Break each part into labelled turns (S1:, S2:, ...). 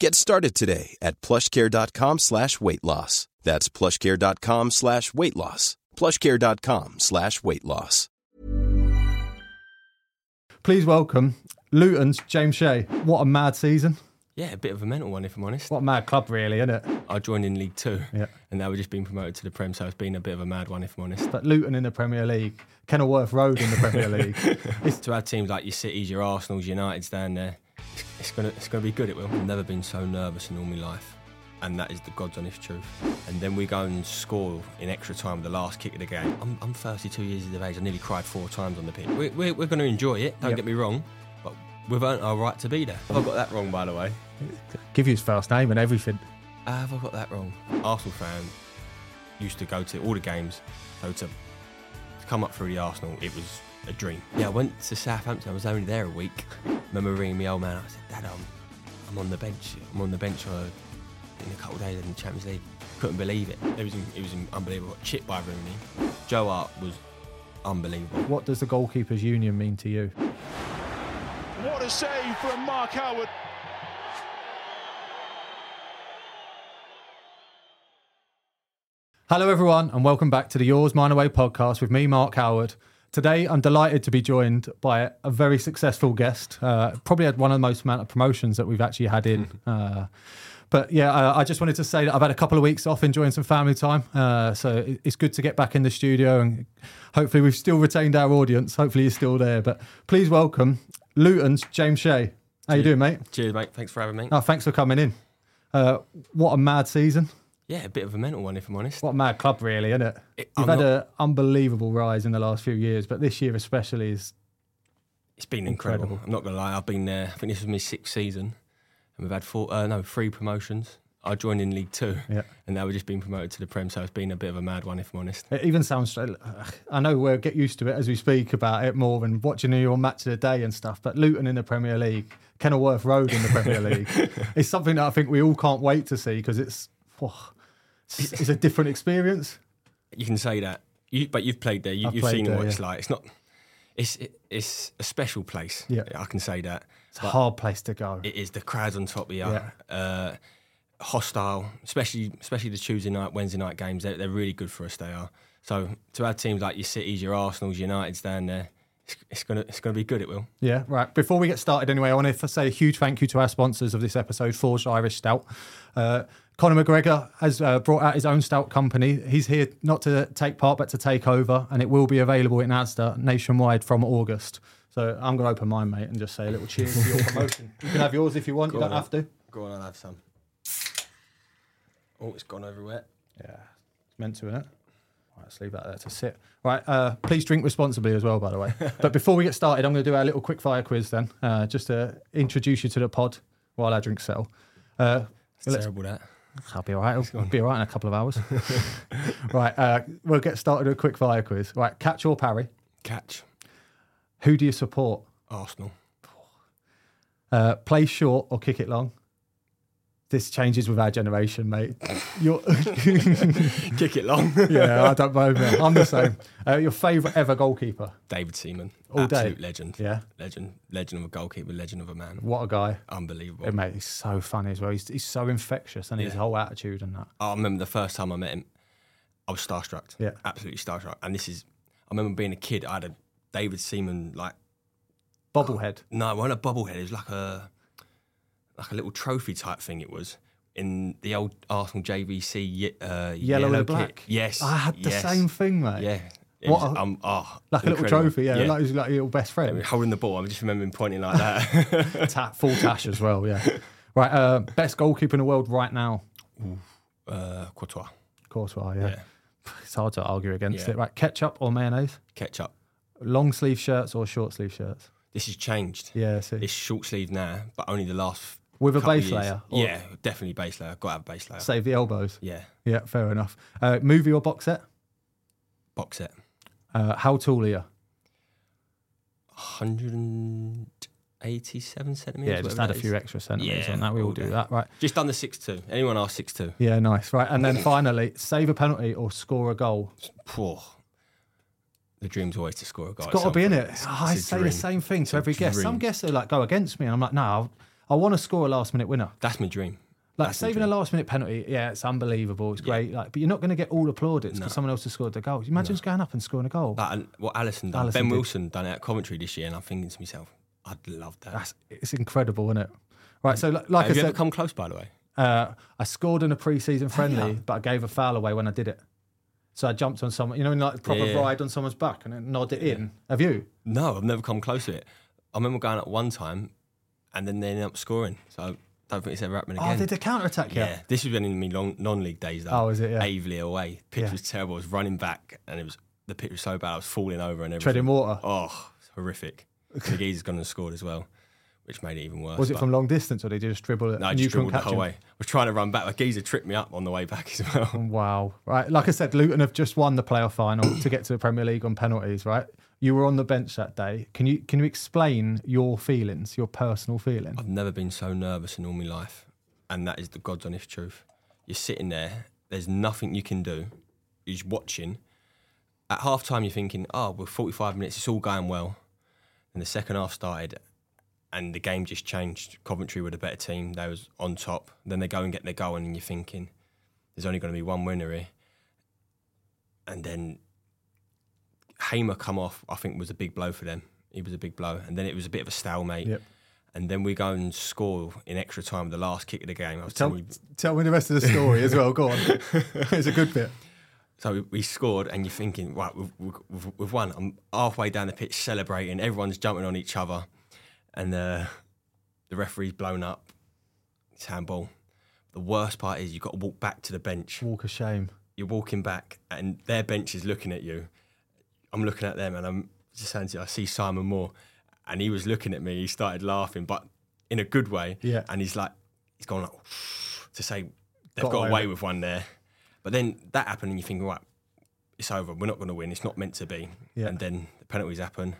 S1: Get started today at plushcare.com slash weight loss. That's plushcare.com slash weight loss. plushcare.com slash weight loss.
S2: Please welcome Luton's James Shea. What a mad season.
S3: Yeah, a bit of a mental one, if I'm honest.
S2: What a mad club, really, isn't it?
S3: I joined in League Two,
S2: Yeah.
S3: and now we've just been promoted to the Prem, so it's been a bit of a mad one, if I'm honest.
S2: But Luton in the Premier League, Kenilworth Road in the Premier League. It's
S3: To have teams like your Cities, your Arsenals, Uniteds down there, it's- it's gonna it's gonna be good. It will. I've never been so nervous in all my life, and that is the God's honest truth. And then we go and score in extra time with the last kick of the game. I'm, I'm 32 years of age. I nearly cried four times on the pitch. We're, we're, we're going to enjoy it. Don't
S2: Yep.
S3: get me wrong, but we've earned our right to be there. Have I got that wrong, by the way?
S2: give you his first name and everything.
S3: Uh, have I got that wrong? Arsenal fan used to go to all the games, so to come up through the Arsenal, it was a dream. Yeah, I went to Southampton. I was only there a week. Remember ringing me old man. I said, "Dad, I'm, I'm on the bench. I'm on the bench uh, in a couple of days in the Champions League." Couldn't believe it. It was it was unbelievable. Got chipped by Rooney. Joe Hart was unbelievable.
S2: What does the goalkeepers union mean to you?
S4: What a save from Mark Howard.
S2: Hello, everyone, and welcome back to the Yours Mine Away podcast with me, Mark Howard. Today, I'm delighted to be joined by a very successful guest. Uh, probably had one of the most amount of promotions that we've actually had in. Uh, but yeah, I, I just wanted to say that I've had a couple of weeks off enjoying some family time. Uh, so it- it's good to get back in the studio, and hopefully, we've still retained our audience. Hopefully, you're still there. But please welcome Luton's James Shea. How you doing, mate?
S3: Cheers, mate. Thanks for having me.
S2: Oh, thanks for coming in. Uh, what a mad season.
S3: Yeah, a bit of a mental one, if I'm honest.
S2: What a mad club, really, isn't it?
S3: It-
S2: You've
S3: I'm
S2: had an unbelievable rise in the last few years, but this year especially is
S3: It's been incredible.
S2: Incredible.
S3: I'm not gonna lie. I've been there. I think this was my sixth season, and we've had four, uh, no, three promotions. I joined in League Two,
S2: Yeah.
S3: and now we've just been promoted to the Prem. So it's been a bit of a mad one, if I'm honest.
S2: it even sounds. stra- ugh, I know we'll get used to it as we speak about it more and watching your match of the day and stuff. But Luton in the Premier League, Kenilworth Road in the Premier League, it's something that I think we all can't wait to see because it's, whoa, it's it's a different experience.
S3: You can say that, you, but you've played there. You,
S2: I've
S3: you've
S2: played
S3: seen
S2: there,
S3: what it's
S2: yeah.
S3: like. It's not. It's it, it's a special place.
S2: Yeah.
S3: I can say that.
S2: It's a hard place to go.
S3: It is the crowds on top of you. Uh, hostile, especially especially the Tuesday night, Wednesday night games. They're, they're really good for us. They are. So to have teams like your Cities, your Arsenals, Uniteds down there, it's, it's gonna it's gonna be good. It will.
S2: Yeah, right. Before we get started, anyway, I want to say a huge thank you to our sponsors of this episode, Forged Irish Stout. Uh, Conor McGregor has uh, brought out his own stout company. He's here not to take part, but to take over, and it will be available in Asda nationwide from August. So I'm going to open mine, mate, and just say a little cheers to your promotion. You can have yours if you want. you don't
S3: on,
S2: have to.
S3: Go on, I'll have some. Oh, it's gone everywhere.
S2: Yeah, it's meant to, isn't it? Right, let's leave that there to sit. Right, uh, please drink responsibly as well, by the way. but before we get started, I'm going to do our little quick fire quiz then, uh, just to introduce you to the pod while our drinks settle. Uh,
S3: It's
S2: let's-
S3: terrible that.
S2: I'll be all right. I'll be all right in a couple of hours. right, uh, we'll get started with a quick fire quiz. Right, catch or parry.
S3: Catch.
S2: Who do you support?
S3: Arsenal.
S2: Uh, play short or kick it long? this changes with our generation, mate. Your
S3: Kick it long.
S2: yeah, I don't blame you. I'm the same. Uh, your favorite ever goalkeeper?
S3: David Seaman.
S2: All day.
S3: absolute legend.
S2: Yeah.
S3: Legend. Legend of a goalkeeper, legend of a man.
S2: What a guy!
S3: Unbelievable.
S2: Hey, mate, he's so funny as well. He's, he's so infectious and his
S3: Yeah.
S2: whole attitude and that.
S3: I remember the first time I met him, I was starstruck.
S2: Yeah.
S3: Absolutely starstruck. And this is, I remember being a kid, I had a David Seaman, like,
S2: Bobblehead.
S3: no, it wasn't a bobblehead. It was like a, like a little trophy type thing it was in the old Arsenal JVC ye- uh,
S2: Yellow, and
S3: kit.
S2: black.
S3: Yes.
S2: I had the
S3: yes.
S2: same thing, mate.
S3: Yeah. It
S2: What
S3: was,
S2: a-
S3: um, oh,
S2: Like a little
S3: incredible.
S2: trophy, yeah. Like he's like your little best
S3: I mean,
S2: friend.
S3: holding the ball. I just remember him pointing like that.
S2: Ta- full tash as well, yeah. Right, uh, best goalkeeper in the world right now.
S3: uh, Courtois,
S2: Courtois, yeah.
S3: Yeah.
S2: It's hard to argue against
S3: Yeah.
S2: it. Right, ketchup or mayonnaise?
S3: ketchup.
S2: Long sleeve shirts or short sleeve shirts?
S3: This has changed.
S2: Yeah, I see.
S3: It's short sleeve now, but only the last
S2: With a
S3: couple of
S2: base
S3: years.
S2: layer, or-
S3: Yeah, definitely base layer. Got to have base layer.
S2: Save the elbows.
S3: Yeah,
S2: Yeah, fair enough. Uh, movie or box set?
S3: box set.
S2: Uh, how tall are you?
S3: 187 centimeters.
S2: Yeah, just
S3: whatever
S2: add a
S3: that
S2: few
S3: is.
S2: extra centimeters
S3: Yeah,
S2: on that. We all
S3: all
S2: do
S3: day.
S2: that, right?
S3: Just under six two. Anyone are six two?
S2: Yeah, nice. Right, and
S3: Mm.
S2: then finally, save a penalty or score a goal.
S3: Poor. The dream's always to score a
S2: It's
S3: goal. at
S2: got to
S3: some
S2: be in
S3: point.
S2: it.
S3: It's-
S2: I
S3: it's a
S2: say the
S3: dream.
S2: same thing
S3: It's
S2: to
S3: a
S2: every guest. Some
S3: dream.
S2: guests are like go against me, and I'm like, no, I'll- I want to score a last minute winner.
S3: That's my dream.
S2: Like
S3: That's my
S2: saving a
S3: dream.
S2: last minute penalty, yeah, it's unbelievable. It's great. Like, but you're not going to get all applauded because someone else has scored the goal. You Imagine just going up and scoring a goal.
S3: Like, and what Allison done.
S2: Alisson
S3: ben
S2: did.
S3: Wilson done it at Coventry this year, and I'm thinking to myself, I'd love that.
S2: That's it's incredible, isn't it? Right. So, li- like
S3: Mm. Have
S2: I
S3: you
S2: said,
S3: ever come close, by the way?
S2: uh, I scored in a pre-season friendly, but I gave a foul away when I did it. So I jumped on someone, you know, in like a proper
S3: Yeah.
S2: ride on someone's back and then nod it in. Have you?
S3: No, I've never come close to it. I remember going up one time, and then they ended up scoring. So I don't think it's ever happened
S2: Oh,
S3: again.
S2: they did a counter attack.
S3: yeah.
S2: Yeah.
S3: this was when in me long, non-league days though.
S2: Oh, is it? Yeah.
S3: Avely away. Pitch
S2: Yeah.
S3: was terrible. I was running back, and it was the pitch was so bad. I was falling over and everything.
S2: Treading water.
S3: Oh, it's horrific. Giggs has gone and scored as well, which made it even worse.
S2: Was it
S3: but-
S2: from long distance or did you just dribble it?
S3: No, I
S2: and
S3: just
S2: you couldn't
S3: dribbled the
S2: catch
S3: whole
S2: him?
S3: way. I was trying to run back. Like Geezer tripped me up on the way back as well.
S2: Wow. Right. Like I said, Luton have just won the playoff final to get to the Premier League on penalties, right? You were on the bench that day. Can you can you explain your feelings, your personal feeling?
S3: I've never been so nervous in all my life, and that is the God's honest truth. You're sitting there, there's nothing you can do. You're just watching. At half time, you're thinking, oh, we're 45 minutes, it's all going well. And the second half started, and the game just changed. Coventry were the better team, they was on top. Then they go and get their goal, and you're thinking, there's only going to be one winner here. And then Hamer come off, I think, was a big blow for them. It was a big blow. And then it was a bit of a stalemate
S2: Yep.
S3: and then we go and score in extra time the last kick of the game. I was
S2: Tell,
S3: telling you,
S2: tell me the rest of the story as well. Go on. it's a good bit.
S3: so we, we scored, and you're thinking, right, we've, we've, we've won. I'm halfway down the pitch celebrating, everyone's jumping on each other, and uh, the referee's blown up. It's handball. The worst part is you've got to walk back to the bench.
S2: Walk of shame.
S3: You're walking back, and their bench is looking at you. I'm looking at them, and I'm just saying to you, I see Simon Moore, and he was looking at me. He started laughing, but in a good way.
S2: Yeah.
S3: And he's like, he's gone like to say they've
S2: Got
S3: got,
S2: away
S3: away
S2: with
S3: with one there. But then that happened, and you think, right, it's over. We're not going to win. It's not meant to be.
S2: Yeah.
S3: And then the penalties happen,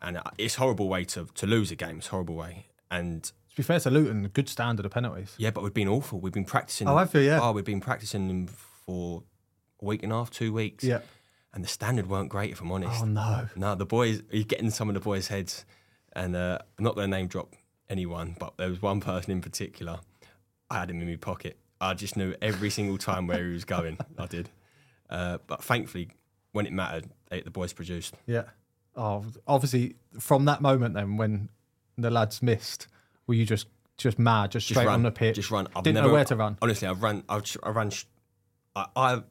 S3: and I- it's a horrible way to to lose a game. It's a horrible way. And
S2: To be fair to Luton, good standard of penalties.
S3: yeah, but we've been awful. We've been practicing.
S2: Oh, have you? Yeah.
S3: Oh, we've been practicing them for a week and a half, two weeks.
S2: Yeah.
S3: And the standard weren't great, if I'm honest.
S2: Oh no.
S3: No, the boys, you get in some of the boys' heads, and uh, I'm not going to name drop anyone, but there was one person in particular. I had him in my pocket. I just knew every single time where he was going. I did. Uh, but thankfully, when it mattered, they, the boys produced.
S2: Yeah. Oh, obviously, from that moment then, when the lads missed, were you just just mad, just,
S3: Just
S2: straight
S3: run
S2: on the pitch?
S3: Just run. I've
S2: Didn't
S3: never,
S2: know where to run.
S3: Honestly, I ran. I, I ran. sh- I, I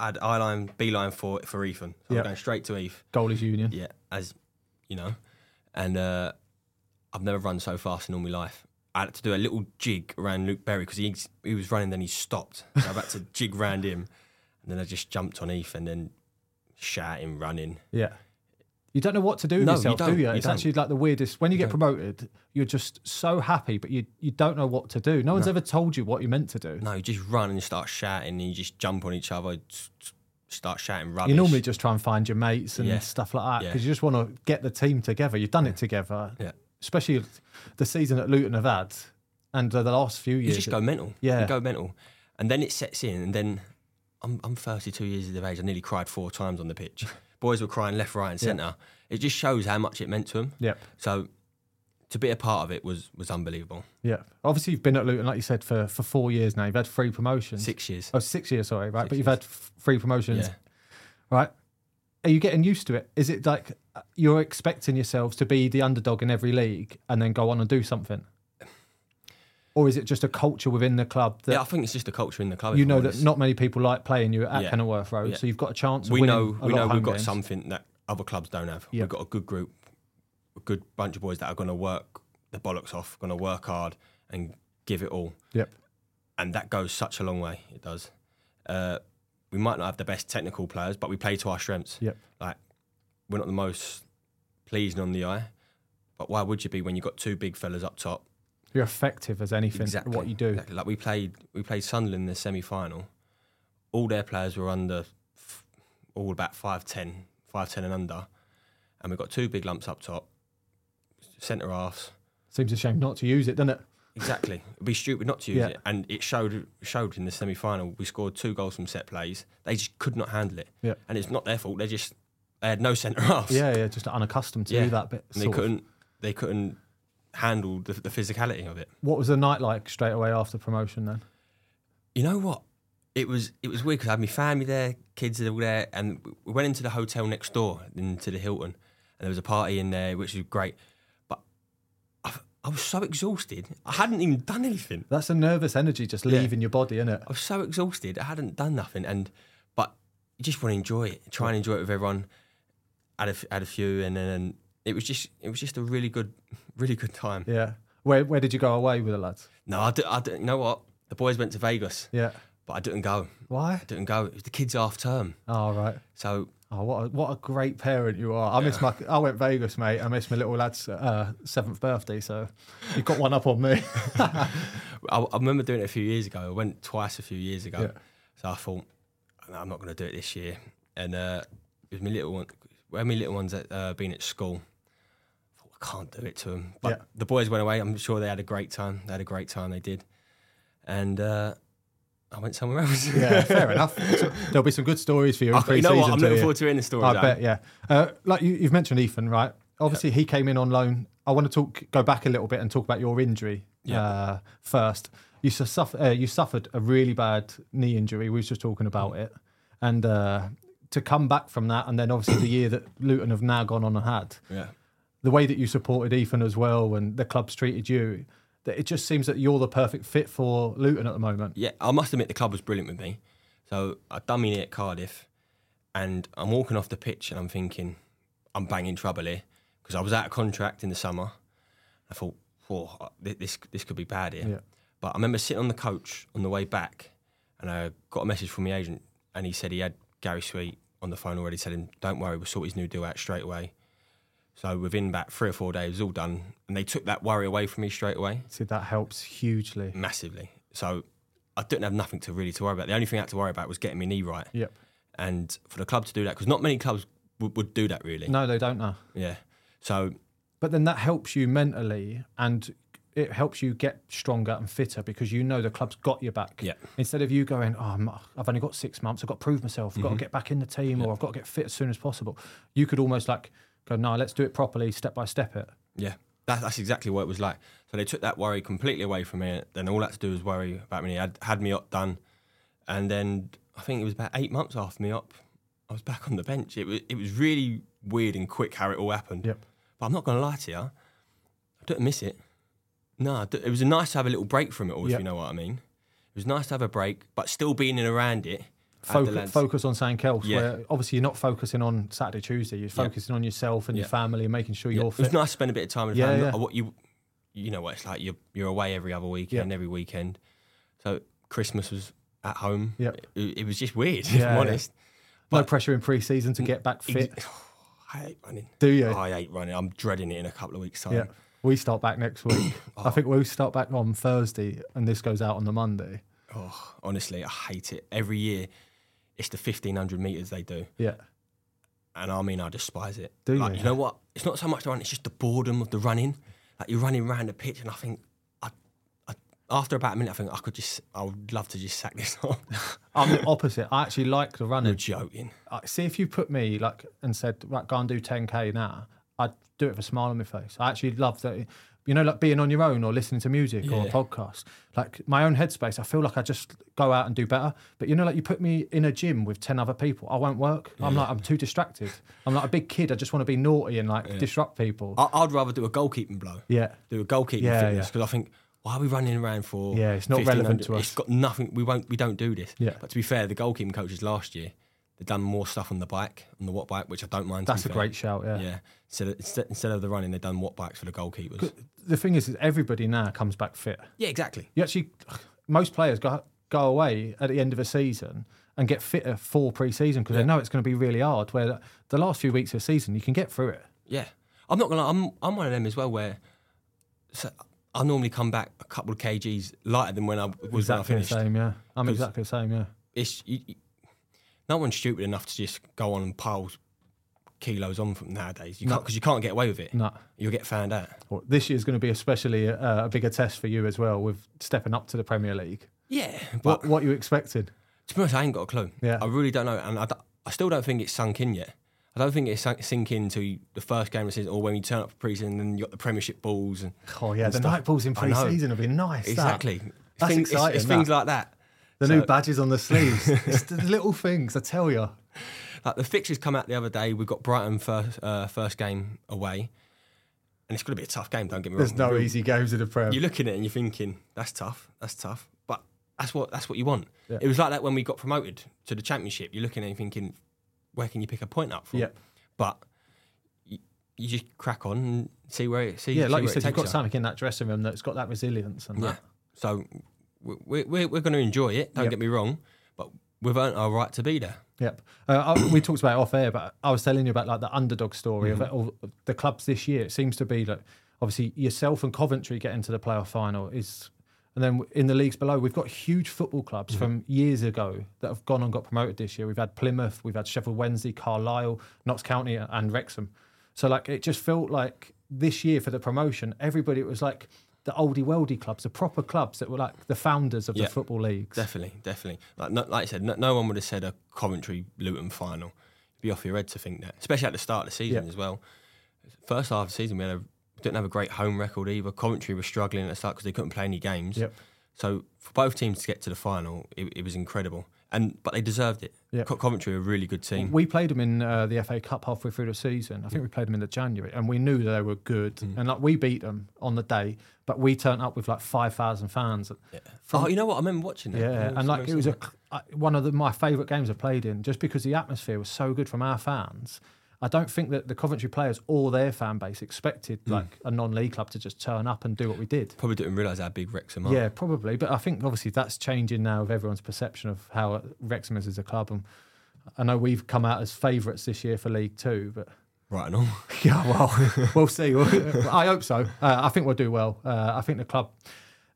S3: had I line, B line for for Ethan. So
S2: Yeah.
S3: I'm going straight to Eve.
S2: Goalies Union.
S3: Yeah, as you know, and uh, I've never run so fast in all my life. I had to do a little jig around Luke Berry because he he was running, then he stopped. So I had to jig round him, and then I just jumped on Heath and then shouting, running.
S2: Yeah. You don't know what to do with
S3: No, you
S2: yourself,
S3: don't,
S2: do you?
S3: you
S2: It's
S3: don't.
S2: actually like the weirdest. When you, get promoted, you're just so happy, but you, you don't know what to do. No one's ever told you what you meant to do.
S3: No, you just run and start shouting, and you just jump on each other, s- s- start shouting rubbish.
S2: You normally just try and find your mates and
S3: Yeah.
S2: stuff like that
S3: Yeah.
S2: because you just want to get the team together. You've done it together,
S3: Yeah.
S2: especially the season that Luton have had. and uh, the last few
S3: You
S2: years.
S3: just go mental.
S2: Yeah.
S3: You go mental. And then it sets in. And then I'm, I'm 32 years of age. I nearly cried four times on the pitch. Boys were crying left, right, and centre. It just shows how much it meant to them.
S2: Yep.
S3: So to be a part of it was was unbelievable.
S2: Yeah. Obviously, you've been at Luton, like you said, for, for four years now. You've had three promotions.
S3: Six years.
S2: Oh, six years, sorry, right?
S3: Six
S2: but you've
S3: years.
S2: had f- three promotions,
S3: Yeah.
S2: right? Are you getting used to it? Is it like uh, you're expecting yourselves to be the underdog in every league and then go on and do something? Or is it just a culture within the club that
S3: yeah, I think it's just the culture in the club.
S2: you
S3: if I'm
S2: know that
S3: honest.
S2: not many people like playing you at
S3: Yeah.
S2: Kenilworth Road,
S3: Yeah.
S2: so you've got a chance of
S3: we
S2: winning
S3: know
S2: a
S3: we
S2: lot
S3: know
S2: of
S3: we've
S2: home
S3: got
S2: games.
S3: something that other clubs don't have.
S2: Yeah.
S3: We've got a good group, a good bunch of boys that are going to work the bollocks off, going to work hard and give it all.
S2: Yep.
S3: and that goes such a long way. It does. Uh, we might not have the best technical players, but we play to our strengths.
S2: Yep.
S3: Like we're not the most pleasing on the eye, but why would you be when you've got two big fellas up top?
S2: You're effective as anything, what you do.
S3: Exactly. Like we played, we played Sunderland in the semi final. All their players were under, f- all about 5'10", 5'10 and under, and we got two big lumps up top, centre halves.
S2: Seems a shame not to use it, doesn't it?
S3: Exactly. It'd be stupid not to use
S2: Yeah.
S3: it. And it showed showed in the semi final. We scored two goals from set plays. They just could not handle it.
S2: Yeah.
S3: And it's not their fault. They just they had no centre halves.
S2: Yeah, yeah, just unaccustomed to
S3: Yeah.
S2: do that bit.
S3: And they
S2: sort of.
S3: couldn't they couldn't handle the, the physicality of it.
S2: What was the night like straight away after promotion then?
S3: You know what? It was it was weird because I had my family there, kids that were there, and we went into the hotel next door, into the Hilton, and there was a party in there, which was great. But I, I was so exhausted. I hadn't even done anything.
S2: That's a nervous energy just
S3: Yeah.
S2: leaving your body, isn't it?
S3: I was so exhausted. I hadn't done nothing, and but you just want to enjoy it. Try and enjoy it with everyone. Had a, f- had a few, and then it was just it was just a really good, really good time.
S2: Yeah. Where where did you go away with the lads?
S3: No, I, d- I d- you know what the boys went to Vegas,
S2: Yeah.
S3: but I didn't go.
S2: Why?
S3: I didn't go. It was the kids' half term,
S2: Oh right.
S3: so
S2: Oh what a, what a great parent you are. I miss my I went Vegas, mate. I missed my little lad's uh, seventh birthday, so you've got one up on me.
S3: I, I remember doing it a few years ago. I went twice a few years ago,
S2: Yeah.
S3: so I thought "No, I'm not going to do it this year. And uh, it was my little one. When my little ones at, uh, been at school, I thought I can't do it to them. But
S2: Yeah.
S3: the boys went away. I'm sure they had a great time. They had a great time. They did. And uh, I went somewhere else.
S2: yeah, fair enough. So there'll be some good stories for you in
S3: I- you
S2: pre-season.
S3: know what? I'm
S2: too,
S3: looking
S2: yeah.
S3: forward to hearing the story.
S2: I bet, yeah. Uh, like you, you've mentioned Ethan, right? Obviously, he came in on loan. I want to talk, go back a little bit and talk about your injury
S3: Yeah.
S2: uh, first. You, su- suffer, uh, you suffered a really bad knee injury. We was just talking about it, and uh, to come back from that, and then obviously the year that Luton have now gone on and had
S3: Yeah.
S2: the way that you supported Ethan as well, and the club's treated you. That it just seems that you're the perfect fit for Luton at the moment.
S3: Yeah, I must admit the club was brilliant with me. So I done me knee at Cardiff, and I'm walking off the pitch and I'm thinking, I'm banging trouble here because I was out of contract in the summer. I thought, whoa, I- thi- this this could be bad here.
S2: Yeah.
S3: But I remember sitting on the coach on the way back, and I got a message from the agent, and he said he had Gary Sweet on the phone already, telling him, don't worry, we'll sort his new deal out straight away. So within about three or four days, it was all done, and they took that worry away from me straight away
S2: See, that helps hugely.
S3: Mm. massively. So I didn't have nothing to really to worry about. The only thing I had to worry about was getting my knee right,
S2: Yep.
S3: and for the club to do that because not many clubs w- would do that really.
S2: No, they don't know.
S3: Yeah. So
S2: But then that helps you mentally and it helps you get stronger and fitter because you know the club's got your back.
S3: Yeah.
S2: Instead of you going, oh, I'm, I've only got six months, I've got to prove myself, I've got
S3: Mm-hmm.
S2: to get back in the team or I've got to get fit as soon as possible, you could almost like go, no, let's do it properly, step by step it.
S3: yeah, that, that's exactly what it was like. So they took that worry completely away from me. Then all I had to do was worry about my knee. I'd had me up done, and then I think it was about eight months after me up, I was back on the bench. It was it was really weird and quick how it all happened.
S2: Yep.
S3: But I'm not going to lie to you, I didn't miss it. No, I d- it was nice to have a little break from it all,
S2: Yep.
S3: if you know what I mean. It was nice to have a break, but still being in around it. had the
S2: Focus,
S3: lads-
S2: focus on something else
S3: Yeah.
S2: where obviously you're not focusing on Saturday, Tuesday, you're focusing on yourself and your
S3: Yeah.
S2: family and making sure
S3: Yeah,
S2: you're
S3: It was
S2: fit.
S3: nice to spend a bit of time with the
S2: Yeah,
S3: family.
S2: yeah.
S3: What you, you know what it's like. You're you're away every other weekend, every weekend. So Christmas was at home.
S2: Yeah.
S3: It, it was just weird. If
S2: Yeah,
S3: I'm
S2: yeah.
S3: honest.
S2: no pressure in pre season to get back fit,
S3: I hate running.
S2: do you?
S3: I hate running. I'm dreading it in a couple of weeks' time.
S2: Yeah. We start back next week.
S3: Oh.
S2: I think we'll start back on Thursday and this goes out on the Monday.
S3: Oh, honestly, I hate it. Every year, it's the 1500 meters they do,
S2: Yeah.
S3: and I mean, I despise it.
S2: Do
S3: like,
S2: you?
S3: you know what? It's not so much the running; it's just the boredom of the running. Like you're running around the pitch, and I think I, I After about a minute, I think I could just. I would love to just sack this off.
S2: I'm the opposite. I actually like the
S3: You're
S2: running.
S3: joking.
S2: I Uh, see if you put me like and said, right, go and do 10k now, I'd do it with a smile on my face. I actually love that. You know, like being on your own or listening to music or a
S3: Yeah.
S2: podcast, like my own headspace, I feel like I just go out and do better. But you know, like you put me in a gym with 10 other people, I won't work. I'm like, I'm too distracted. I'm like a big kid. I just want to be naughty and like disrupt people.
S3: I, I'd rather do a goalkeeping blow.
S2: yeah.
S3: Do a goalkeeping
S2: Yeah,
S3: fitness
S2: yeah.
S3: because I think why are we running around for?
S2: Yeah, it's not relevant to
S3: 1500?
S2: us.
S3: It's got nothing. We won't. We don't do this.
S2: Yeah.
S3: But to be fair, the goalkeeping coaches last year they've done more stuff on the bike on the watt bike, which I don't mind. to
S2: That's a
S3: be fair.
S2: great shout. Yeah.
S3: Yeah. So that instead, instead of the running, they've done watt bikes for the goalkeepers.
S2: The thing is, is everybody now comes back fit.
S3: Yeah, exactly.
S2: you actually most players go go away at the end of a season and get fitter for pre-season because they know it's going to be really hard. Where the last few weeks of the season, you can get through it.
S3: Yeah, I'm not gonna. lie, I'm I'm one of them as well where, so I normally come back a couple of kgs lighter than when I was when I
S2: Exactly the
S3: finished.
S2: same, yeah. I'm
S3: 'Cause-
S2: exactly the same, yeah.
S3: It's you, you- no one's stupid enough to just go on and pile kilos on from nowadays. You can't because you can't get away with it.
S2: No.
S3: you'll get found out.
S2: Well, this year's going to be especially uh, a bigger test for you as well with stepping up to the Premier League.
S3: Yeah, but
S2: What what you expected?
S3: to be honest, I ain't got a clue.
S2: Yeah.
S3: I really don't know, and I, d- I still don't think it's sunk in yet. I don't think it's sunk, sink in to the first game of the season, or when you turn up for pre-season and then you got the Premiership balls and
S2: Oh yeah,
S3: and
S2: the
S3: stuff.
S2: night balls in
S3: I know.
S2: pre-season will be nice. that.
S3: Exactly.
S2: That's
S3: Things- it's-
S2: exciting.
S3: It's, things
S2: that.
S3: like that.
S2: the
S3: so-
S2: new badges on the sleeves. it's the little things, I tell you.
S3: Like Uh, the fixtures come out the other day. We've got Brighton first uh, first game away, and it's going to be a tough game. Don't get me
S2: There's
S3: wrong.
S2: no easy games in the Prem.
S3: You're looking at it and you're thinking that's tough. That's tough. But that's what that's what you want.
S2: Yeah.
S3: It was like that when we got promoted to the championship. You're looking at it and thinking, where can you pick a point up from?
S2: Yeah.
S3: But you, you just crack on and see where it see.
S2: yeah,
S3: see
S2: like you
S3: where it
S2: said, you've
S3: takes
S2: got
S3: you.
S2: something in that dressing room that's got that resilience and
S3: Yeah.
S2: that.
S3: So we're we're, we're going to enjoy it. Don't
S2: Yep.
S3: get me wrong, but we've earned our right to be there.
S2: Yep. Uh, I, we talked about it off air, but I was telling you about like the underdog story of, all the clubs this year. It seems to be like obviously yourself and Coventry getting to the playoff final is, and then in the leagues below, we've got huge football clubs from years ago that have gone and got promoted this year. We've had Plymouth, we've had Sheffield Wednesday, Carlisle, Knox County, and Wrexham. So like it just felt like this year for the promotion, everybody it was like the oldie weldy clubs, the proper clubs that were like the founders of
S3: Yeah.
S2: the football leagues.
S3: Definitely, definitely. Like, no, like I said, no, no one would have said a Coventry Luton final. You'd be off your head to think that, especially at the start of the season
S2: Yeah.
S3: as well. First half of the season, we had a, didn't have a great home record either. Coventry was struggling at the start because they couldn't play any games.
S2: Yep.
S3: So for both teams to get to the final, it, it was incredible. And but they deserved it.
S2: Yep.
S3: Co- Coventry are a really good team.
S2: We played them in uh, the FA Cup halfway through the season. I think we played them in the January, and we knew they were good. And like we beat them on the day, but we turned up with like five thousand fans. Yeah,
S3: oh, you know what? I remember watching that.
S2: yeah.
S3: I remember
S2: and like it was
S3: seeing
S2: a, I- one of the, my favourite games I've played in, just because the atmosphere was so good from our fans. I don't think that the Coventry players or their fan base expected like a non-league club to just turn up and do what we did.
S3: that. probably didn't realise how big Wrexham are.
S2: Yeah, probably. But I think obviously that's changing now with everyone's perception of how Wrexham is as a club. And I know we've come out as favourites this year for League Two, but
S3: Right and all.
S2: yeah, well, we'll see. We'll- I hope so. Uh, I think we'll do well. Uh, I think the club,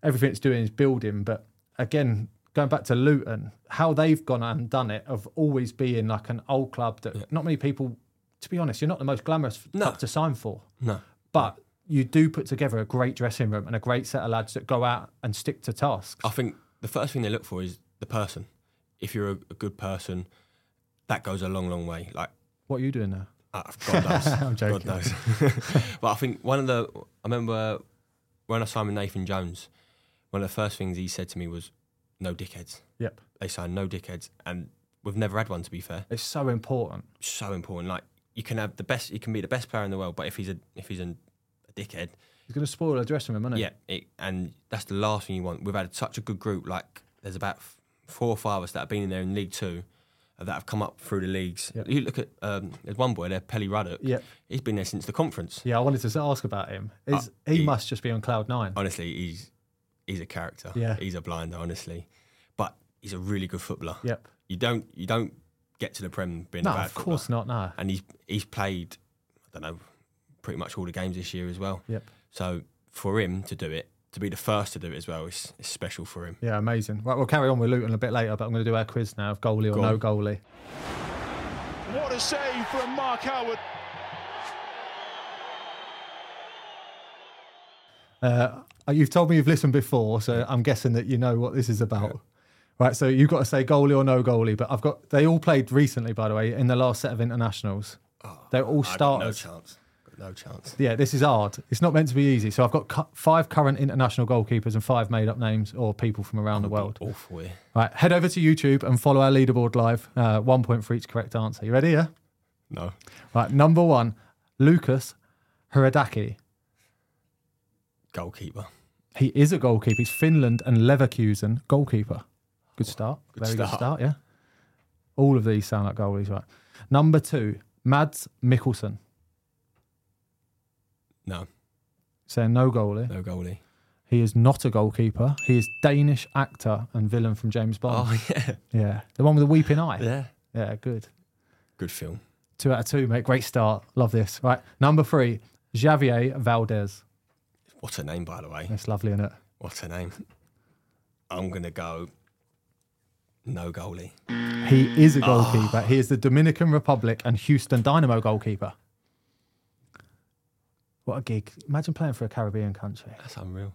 S2: everything it's doing is building. But again, going back to Luton, how they've gone and done it of always being like an old club that not many people, to be honest, you're not the most glamorous
S3: No.
S2: club to sign for.
S3: No.
S2: But you do put together a great dressing room and a great set of lads that go out and stick to tasks.
S3: I think the first thing they look for is the person. If you're a, a good person, that goes a long, long way. Like
S2: What are you doing now?
S3: Uh, God knows.
S2: I'm joking.
S3: God knows. but I think one of the, I remember when I signed with Nathan Jones, one of the first things he said to me was, no dickheads.
S2: Yep.
S3: They signed no dickheads. And we've never had one, to be fair.
S2: It's so important.
S3: So important. Like, you can have the best, you can be the best player in the world, but if he's a, if he's a, a dickhead,
S2: It's going to spoil a dressing room, isn't it?
S3: yeah, it, and that's the last thing you want. We've had such a good group. Like, there's about f- four or five of us that have been in there in League Two, uh, that have come up through the leagues.
S2: Yep.
S3: You look at um, there's one boy there, Pelly Ruddock.
S2: Yep.
S3: he's been there since the conference.
S2: Yeah, I wanted to ask about him. Is,
S3: Uh,
S2: he
S3: he- Oh.
S2: must just be on cloud nine.
S3: Honestly, he's he's a character.
S2: Yeah.
S3: he's a blinder. Honestly, but he's a really good footballer.
S2: Yep.
S3: you don't you don't get to the Prem being
S2: No,
S3: a bad
S2: of course
S3: footballer.
S2: not. No.
S3: And he's he's played, I don't know, pretty much all the games this year as well.
S2: Yep.
S3: So for him to do it, to be the first to do it as well, is, is special for him.
S2: Yeah, amazing. Right, we'll carry on with Luton a bit later, but I'm going to do our quiz now of goalie or
S3: Go
S2: no
S3: on.
S2: goalie.
S4: What a save from Mark Howard.
S2: Uh, you've told me you've listened before, so I'm guessing that you know what this is about. Right, so you've got to say goalie or no goalie, but I've got they all played recently, by the way, in the last set of internationals. They're all
S3: Oh, I've got no
S2: starters.
S3: chance. Got no chance.
S2: Yeah, this is hard. It's not meant to be easy. So I've got cu- five current international goalkeepers and five made up names or people from around the world.
S3: Awful. Here.
S2: Right, head over to YouTube and follow our leaderboard live. Uh, one point for each correct answer. You ready? Yeah.
S3: No.
S2: Right, number one, Lucas Horadaki.
S3: Goalkeeper.
S2: He is a goalkeeper. He's Finland and Leverkusen goalkeeper. Good start. Very good
S3: start.
S2: start. Yeah. All of these sound like goalies, right? Number two, Mads Mikkelsen.
S3: No.
S2: Saying no goalie.
S3: No goalie.
S2: He is not a goalkeeper. He is Danish actor and villain from James Bond.
S3: Oh yeah.
S2: Yeah, the one with the weeping eye.
S3: Yeah.
S2: Yeah, good.
S3: Good film.
S2: Two out of two, mate. Great start. Love this. Right, number three, Javier Valdez.
S3: What a name, by the way.
S2: That's lovely, isn't it?
S3: What a name. I'm gonna go. No goalie.
S2: He
S3: Ah.
S2: is a goalkeeper. He is the Dominican Republic and Houston Dynamo goalkeeper. What a gig! Imagine playing for a Caribbean country.
S3: That's unreal.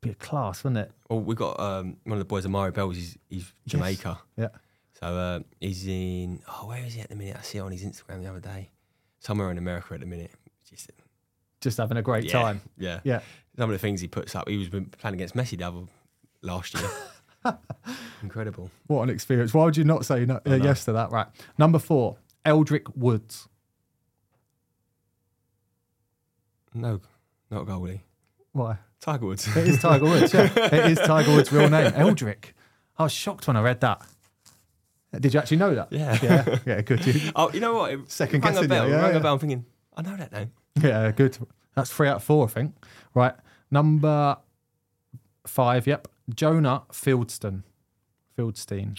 S2: Be a class, wouldn't it?
S3: Well, we got um, one of the boys, Amari Bells. He's, he's Jamaica.
S2: Yeah.
S3: So uh, he's in. Oh, where is he at the minute? I see it on his Instagram the other day. Somewhere in America at the minute. Just, uh,
S2: Just having a great
S3: yeah,
S2: time.
S3: Yeah.
S2: Yeah.
S3: Some of the things he puts up. He was been playing against Messi the other last year. Incredible.
S2: What an experience. Why would you not say no, uh, yes to that? Right. Number four, Eldrick Woods.
S3: No, not goalie.
S2: Why?
S3: Tiger Woods.
S2: It is Tiger Woods. Yeah. it is Tiger Woods' real name, Eldrick. I was shocked when I read that. Did you actually know that?
S3: Yeah.
S2: Yeah. Yeah. Good. You-
S3: oh, you know what? It
S2: Second
S3: rang a
S2: guessing,
S3: bell.
S2: yeah,
S3: rang
S2: yeah.
S3: a bell. I'm thinking, I know that name.
S2: Yeah. Good. That's three out of four, I think. Right. Number five. Yep. Jonah Fieldston. Fieldstein.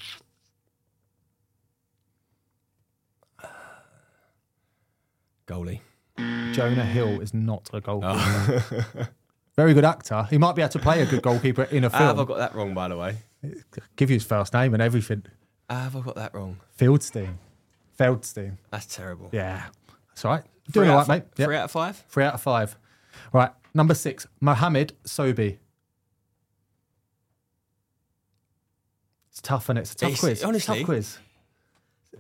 S3: Goalie.
S2: Jonah Hill is not a goalkeeper. Very good actor. He might be able to play a good goalkeeper in a
S3: Have
S2: film.
S3: I Ah, got that wrong, by the way?
S2: Give you his first name and everything.
S3: Have I got that wrong?
S2: Fieldstein. Feldstein.
S3: That's terrible.
S2: Yeah. That's all right.
S3: Three
S2: Doing all
S3: out
S2: right,
S3: of
S2: mate.
S3: fi-
S2: Yep.
S3: Three out of five.
S2: Three out of five. Right. Number six, Mohamed Sobi. It's tough, and it's a tough
S3: It's-
S2: quiz.
S3: honestly-
S2: tough quiz.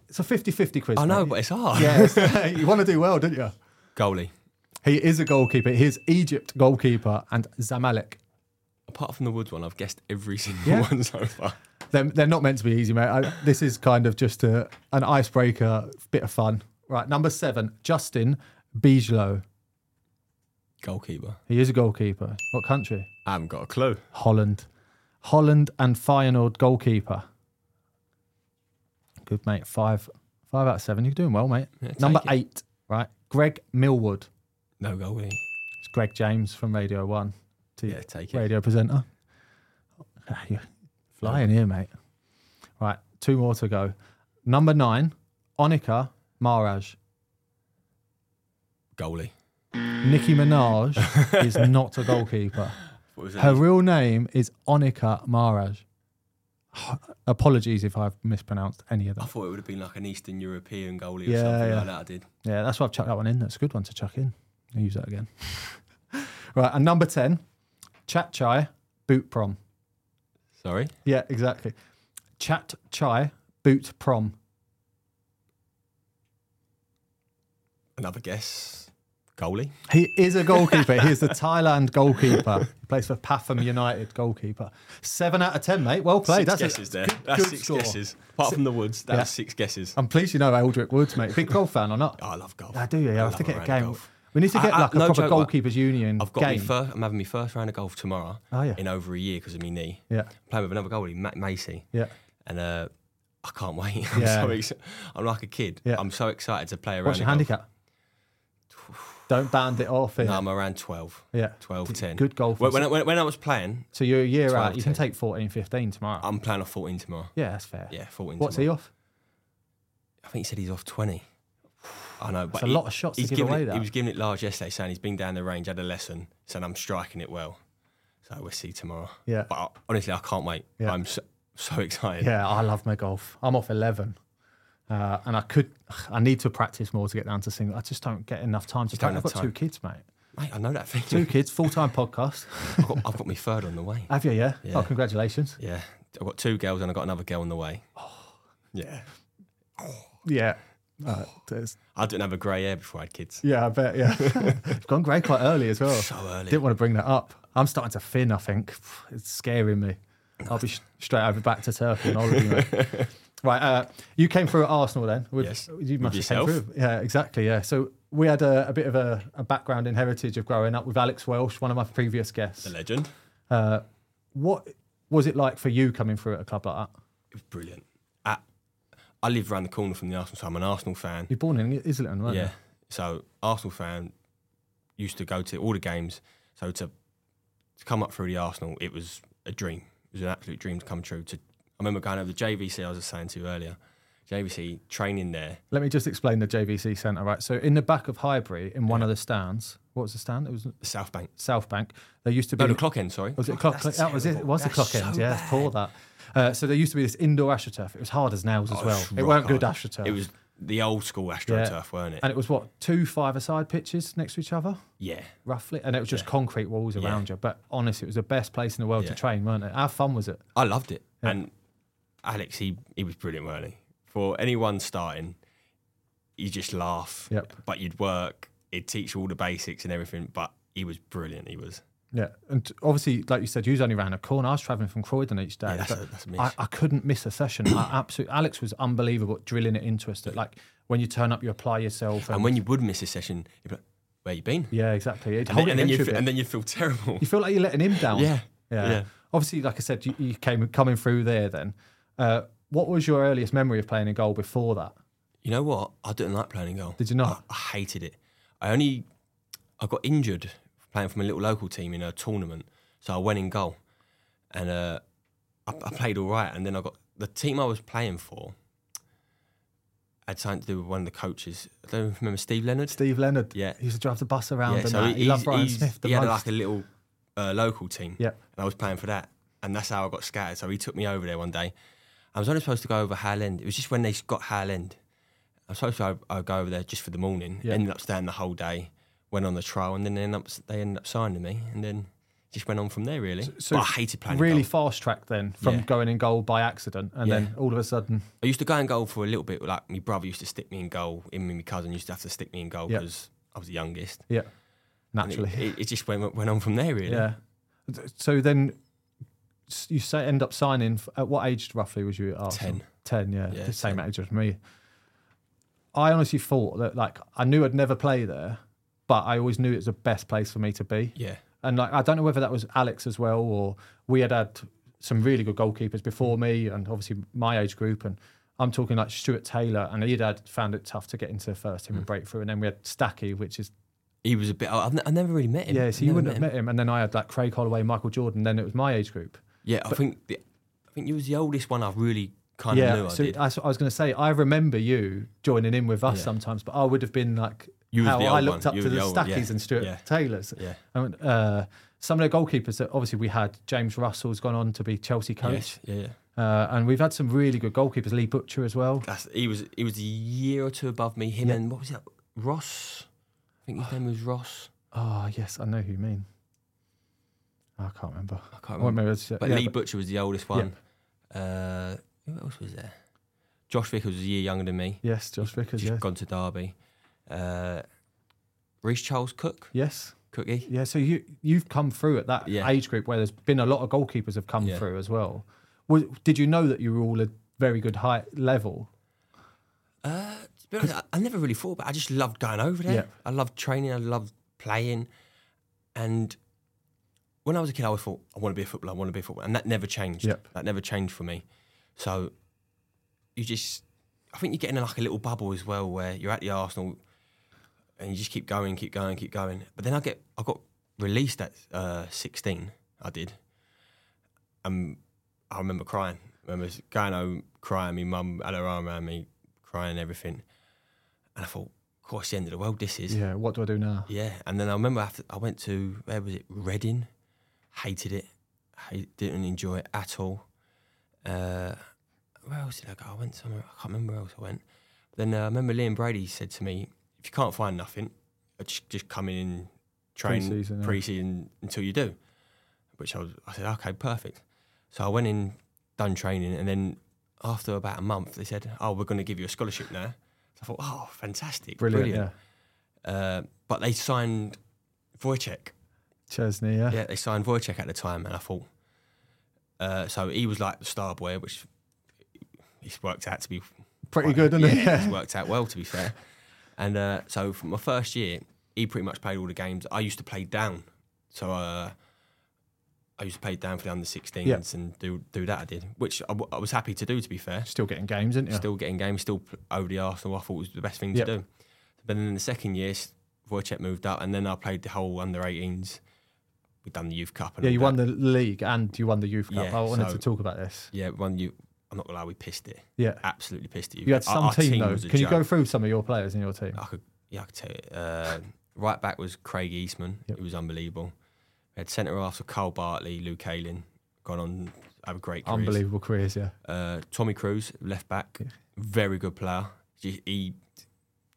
S2: It's a 50 50 quiz.
S3: I know,
S2: mate.
S3: but it's hard.
S2: Yeah, it's- you want to do well, don't you?
S3: Goalie.
S2: He is a goalkeeper. He is Egypt goalkeeper and Zamalek.
S3: Apart from the Woods one, I've guessed every single
S2: Yeah.
S3: one so far.
S2: They're, they're not meant to be easy, mate. I, this is kind of just a, an icebreaker, bit of fun. Right. Number seven, Justin Bijlow.
S3: Goalkeeper.
S2: He is a goalkeeper. What country?
S3: I haven't got a clue.
S2: Holland. Holland and Feyenoord goalkeeper. Good mate. Five five out of seven. You're doing well, mate.
S3: take
S2: Number
S3: it.
S2: eight, right? Greg Millwood.
S3: No goalie.
S2: It's Greg James from Radio One. To
S3: Yeah, take it.
S2: radio presenter. Ah, You're flying here, mate. Right, two more to go. Number nine, Onika Maraj.
S3: Goalie.
S2: Nicki Minaj is not a goalkeeper.
S3: What was
S2: Her real name is Onika Maraj. Apologies if I've mispronounced any of
S3: I
S2: that.
S3: thought it would have been like an Eastern European goalie or
S2: Yeah,
S3: something
S2: yeah.
S3: like that. I did.
S2: Yeah, that's why I've chucked that one in. That's a good one to chuck in. I'll use that again. right, and number 10, Chat Chai Boot Prom.
S3: Sorry.
S2: Yeah, exactly. Chat Chai Boot Prom.
S3: Another guess. Goalie.
S2: He is a goalkeeper. he is the Thailand goalkeeper. He plays for Patham United goalkeeper. Seven out of 10, mate. Well played.
S3: six
S2: that's a
S3: guesses there.
S2: good-
S3: That's
S2: good
S3: six
S2: score.
S3: guesses. Apart from the Woods, that
S2: Yeah.
S3: was six guesses.
S2: I'm pleased you know Eldrick Woods, mate. Big golf fan or not?
S3: Oh, I love golf.
S2: I do, yeah. I have to
S3: love
S2: get a
S3: round of
S2: game.
S3: golf.
S2: We need to
S3: I-
S2: get
S3: I-
S2: like a
S3: no
S2: proper
S3: joke, like,
S2: goalkeepers union
S3: I've got
S2: game.
S3: me first. I'm having my first round of golf tomorrow.
S2: Oh, yeah.
S3: In over a year because of my knee.
S2: Yeah,
S3: Playing with another goalie, Matt Macy,
S2: yeah.
S3: and uh, I can't wait. I'm
S2: Yeah.
S3: so excited. I'm like a kid.
S2: Yeah.
S3: I'm so excited to play around.
S2: What's your handicap? Don't band it off here.
S3: No, I'm around 12.
S2: Yeah.
S3: 12, 10.
S2: Good golf.
S3: When, when, I- when, when I was playing,
S2: so you're a year out.
S3: 12,
S2: You can
S3: 10.
S2: take 14, 15 tomorrow.
S3: I'm playing off 14 tomorrow.
S2: yeah, that's fair.
S3: Yeah, 14
S2: What's
S3: tomorrow.
S2: he off?
S3: I think he said he's off 20. I know, but
S2: a
S3: he-
S2: lot of shots to
S3: he's
S2: give
S3: given
S2: away
S3: It,
S2: there.
S3: he was giving it large yesterday, saying he's been down the range, had a lesson, saying I'm striking it well. So we'll see tomorrow.
S2: Yeah.
S3: But I, honestly, I can't wait.
S2: Yeah.
S3: I'm so, so excited.
S2: Yeah, I love my golf. I'm off 11. Uh, and I could, I need to practice more to get down to single. I just don't get enough time to play.
S3: don't
S2: I've
S3: have
S2: got
S3: time.
S2: two kids, mate.
S3: Mate, I know that
S2: Two
S3: feeling.
S2: kids, full time podcast.
S3: I've got, I've got my third on the way.
S2: Have you? Yeah?
S3: Yeah.
S2: Oh, congratulations.
S3: Yeah, I've got two girls and I've got another girl on the way. Yeah.
S2: Yeah. Uh, it's-
S3: I didn't have a grey hair before I had kids.
S2: yeah, I bet. Yeah, it's gone grey quite early as well. So
S3: early.
S2: Didn't want to bring that up. I'm starting to fin. I think it's scaring me. I'll be sh- straight over back to Turkey and holiday. mate. Right, uh, you came through at Arsenal then. With,
S3: Yes.
S2: you
S3: With
S2: must have
S3: yourself.
S2: came through. Yeah, exactly. Yeah, so we had a, a bit of a, a background in heritage of growing up with Alex Welsh, one of my previous guests.
S3: The legend.
S2: What was it like for you coming through at a club like that?
S3: It was brilliant. I, I live around the corner from the Arsenal, so I'm an Arsenal fan.
S2: You're born in Islington, weren't
S3: Yeah. So Arsenal fan used to go to all the games. So to to come up through the Arsenal, it was a dream. It was an absolute dream to come true. To I remember going over the JVC. I was just saying to you earlier, JVC training there.
S2: Let me just explain the JVC Centre, right? So in the back of Highbury, in one of the stands, what was the stand? It was
S3: South Bank.
S2: South Bank. There used to be
S3: No, the clock end. Sorry.
S2: Was it clock?
S3: That's
S2: that was it. It
S3: terrible.
S2: was the
S3: That's
S2: clock
S3: so
S2: end. Yeah,
S3: bad.
S2: for that. Uh, so there used to be this indoor astroturf. It was hard as nails as
S3: Oh,
S2: well.
S3: it's
S2: It
S3: rock
S2: weren't good
S3: hard.
S2: astroturf.
S3: It was the old school
S2: Yeah.
S3: AstroTurf, weren't it?
S2: And it was what two five-a-side pitches next to each other,
S3: yeah.
S2: roughly, and it was just concrete walls around you. But honestly, it was the best place in the world
S3: Yeah.
S2: to train, weren't it? How fun was it?
S3: I loved it. And Alex, he, he was brilliant, weren't he? For anyone starting, you just laugh.
S2: Yep.
S3: But you'd work, he'd teach you all the basics and everything, but he was brilliant, he was.
S2: Yeah, and t- obviously, like you said, you was only around a corner. I was traveling from Croydon each day.
S3: Yeah, that's
S2: but
S3: a- that's a miss.
S2: I, I couldn't miss a session. I absolutely, Alex was unbelievable at drilling it into us. That like when you turn up, you apply yourself. And,
S3: And when you would miss a session, you'd be like, where you been?
S2: yeah, exactly. It'd
S3: And
S2: hold
S3: then,
S2: it
S3: and, then you,
S2: against you a
S3: fe-
S2: bit.
S3: and then you feel terrible.
S2: You feel like you're letting him down.
S3: Yeah,
S2: yeah.
S3: yeah.
S2: Obviously, like I said, you, you came coming through there. Then, uh, what was your earliest memory of playing a goal before that?
S3: You know what? I didn't like playing in goal.
S2: Did you not?
S3: I, I hated it. I only I got injured playing from a little local team in a tournament, so I went in goal, and uh, I, I played all right. And then I got the team I was playing for had something to do with one of the coaches. I don't remember Steve Leonard.
S2: Steve Leonard.
S3: Yeah.
S2: he used to drive the bus around and that. He
S3: he's-
S2: loved Brian
S3: he's-
S2: Smith the
S3: he
S2: most.
S3: had like a little uh, local team.
S2: Yeah.
S3: And I was playing for that. And that's how I got scattered. So he took me over there one day. I was only supposed to go over Hale End. It was just when they got Hale End. I was supposed to go- I'd go over there just for the morning.
S2: Yeah.
S3: Ended up staying the whole day. Went on the trial, and then they ended up they ended up signing me, and then just went on from there. Really, But I hated playing. in
S2: Really
S3: goal.
S2: fast tracked then from
S3: Yeah.
S2: going in goal by accident, and
S3: Yeah.
S2: then all of a sudden,
S3: I used to go in goal for a little bit. Like my brother used to stick me in goal. Him and my cousin used to have to stick me in goal
S2: Yeah.
S3: because I was the youngest.
S2: yeah,
S3: And
S2: naturally.
S3: it, it, it just went went on from there. Really,
S2: Yeah. Th- So then s- you say end up signing f- at what age roughly was you at Arsenal? Ten. yeah.
S3: Yeah,
S2: the same age as me. I honestly thought that like I knew I'd never play there, but I always knew it was the best place for me to be.
S3: yeah.
S2: And like I don't know whether that was Alex as well or we had had some really good goalkeepers before me and obviously my age group and I'm talking like Stuart Taylor and he'd had found it tough to get into the first team and breakthrough and then we had Stacky which is
S3: He was a bit. I've, n- I never really met him.
S2: yeah so you
S3: Never
S2: wouldn't have met him and then I had like Craig Holloway Michael Jordan then it was my age group
S3: Yeah, I think the, I think you was the oldest one I really kind of knew. I
S2: so
S3: did.
S2: that's what I was going to say. I remember you joining in with us
S3: Yeah.
S2: sometimes, but I would have been like
S3: You was
S2: how
S3: the
S2: I
S3: old
S2: looked
S3: one.
S2: up
S3: You
S2: to the
S3: were the old
S2: Stackies
S3: one. Yeah.
S2: and Stuart
S3: Yeah.
S2: Taylors.
S3: Yeah.
S2: I mean, uh, some of the goalkeepers that obviously we had, James Russell's gone on to be Chelsea coach,
S3: Yes, yeah, yeah.
S2: uh, and we've had some really good goalkeepers, Lee Butcher as well.
S3: That's he was. He was a year or two above me. Him and what was that? Ross. I think his name was Ross.
S2: Oh, yes, I know who you mean. I can't remember. I
S3: can't
S2: won't
S3: remember.
S2: it's- uh,
S3: But
S2: yeah,
S3: Lee Butcher was the oldest one. Uh, who else was there? Josh Vickers was a year younger than me.
S2: yes, Josh Vickers.
S3: Just
S2: Yes.
S3: gone to Derby. Uh, Reece Charles Cook,
S2: yes.
S3: Cookie.
S2: Yeah, so you you've come through at that
S3: Yeah.
S2: age group where there's been a lot of goalkeepers have come
S3: Yeah.
S2: through as well. Was, did you know that you were all a very good height level?
S3: To be honest, I, I never really thought about it. I just loved going over there.
S2: Yeah.
S3: I loved training. I loved playing. And when I was a kid, I always thought, I want to be a footballer. I want to be a footballer. And that never changed.
S2: Yep.
S3: That never changed for me. So you just, I think you get in like a little bubble as well where you're at the Arsenal and you just keep going, keep going, keep going. But then I get, I got released at uh, 16. I did. And I remember crying. I remember going home crying. My mum had her arm around me, crying and everything. And I thought, of course, the end of the world this is.
S2: Yeah, what do I do now?
S3: Yeah, and then I remember after I went to where was it? Reading, hated it, hate, didn't enjoy it at all. Uh, where else did I go? I went somewhere. I can't remember where else I went. Then uh, I remember Liam Brady said to me, "If you can't find nothing, uh, just just come in and train
S2: Pre-season,
S3: pre-season,
S2: yeah.
S3: until you do. Which I was, I said, okay, perfect. So I went in, done training, and then after about a month, they said, oh, we're going to give you a scholarship now. So I thought, oh, fantastic,
S2: Brilliant.
S3: brilliant. Uh, but they signed Wojciech.
S2: Yeah. Chesney, yeah.
S3: Yeah, they signed Wojciech at the time, and I thought. Uh, so he was like the star boy, which he's worked out to be
S2: Pretty
S3: quite-
S2: good, isn't it?
S3: yeah, It's
S2: Yeah.
S3: worked out well, to be fair. And uh, so for my first year, he pretty much played all the games. I used to play down, so uh, I used to play down for the under 16s and do do that. I did, which I, w- I was happy to do, to be fair.
S2: Still getting games, isn't you?
S3: Still getting games, still p- over the Arsenal. I thought was the best thing
S2: Yep.
S3: to do. But then in the second year, s- Wojciech moved up, and then I played the whole under 18s. We done the youth cup. And
S2: yeah,
S3: all
S2: you
S3: that.
S2: won the league and you won the youth cup.
S3: Yeah,
S2: I wanted
S3: so-
S2: to talk about this.
S3: Yeah, one you. I'm not gonna lie, we pissed it.
S2: Yeah.
S3: Absolutely pissed it.
S2: You had
S3: Our-
S2: some
S3: our
S2: team, though.
S3: was a
S2: Can you go
S3: joke. Ah,
S2: through some of your players in your team?
S3: I could, yeah, I could tell you. Uh, right back was Craig Eastman. It was unbelievable. We had centre halves of Carl Bartley, Luke Ayling, gone on to have a great careers.
S2: Unbelievable careers, yeah.
S3: Uh, Tommy Cruz, left back, very good player. He, he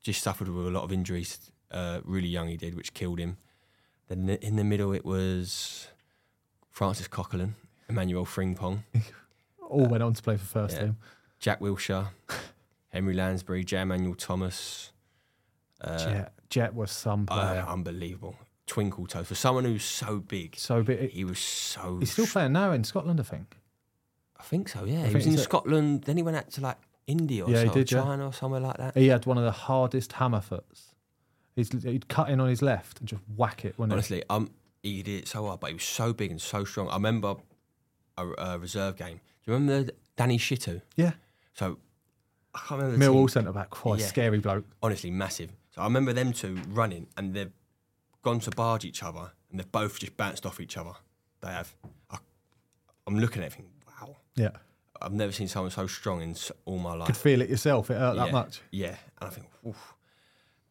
S3: just suffered with a lot of injuries. Uh, really young, he did, which killed him. Then the- in the middle, it was Francis Coquelin, Emmanuel Fringpong,
S2: All went on to play for first
S3: Uh, yeah.
S2: team.
S3: Jack Wilshire, Henry Lansbury, J. Emmanuel Thomas. Uh,
S2: Jet, Jet was some
S3: Uh,
S2: player.
S3: Unbelievable. Twinkle toe. For someone who's so big,
S2: so big.
S3: he was so.
S2: He's still
S3: sh-
S2: playing now in Scotland, I think.
S3: I think so, yeah.
S2: think
S3: he was in
S2: so.
S3: Scotland, then he went out to like India or
S2: Yeah, he
S3: something,
S2: did, yeah.
S3: China or somewhere like that.
S2: He had one of the hardest hammer foots. He's, he'd cut in on his left and just whack it. When
S3: Honestly, um, he did it so hard, but he was so big and so strong. I remember a, a reserve game. Do you remember Danny Shitu?
S2: it, yeah,
S3: So I can't remember. the team.
S2: Millwall centre back, quite
S3: Yeah.
S2: scary bloke.
S3: honestly massive. So I remember them two running and they've gone to barge each other and they've both just bounced off each other. They have. I, I'm looking at it thinking, wow.
S2: Yeah,
S3: I've never seen someone so strong in s- all my life.
S2: could feel it yourself. It hurt
S3: yeah.
S2: that much.
S3: Yeah, and I think, Oof.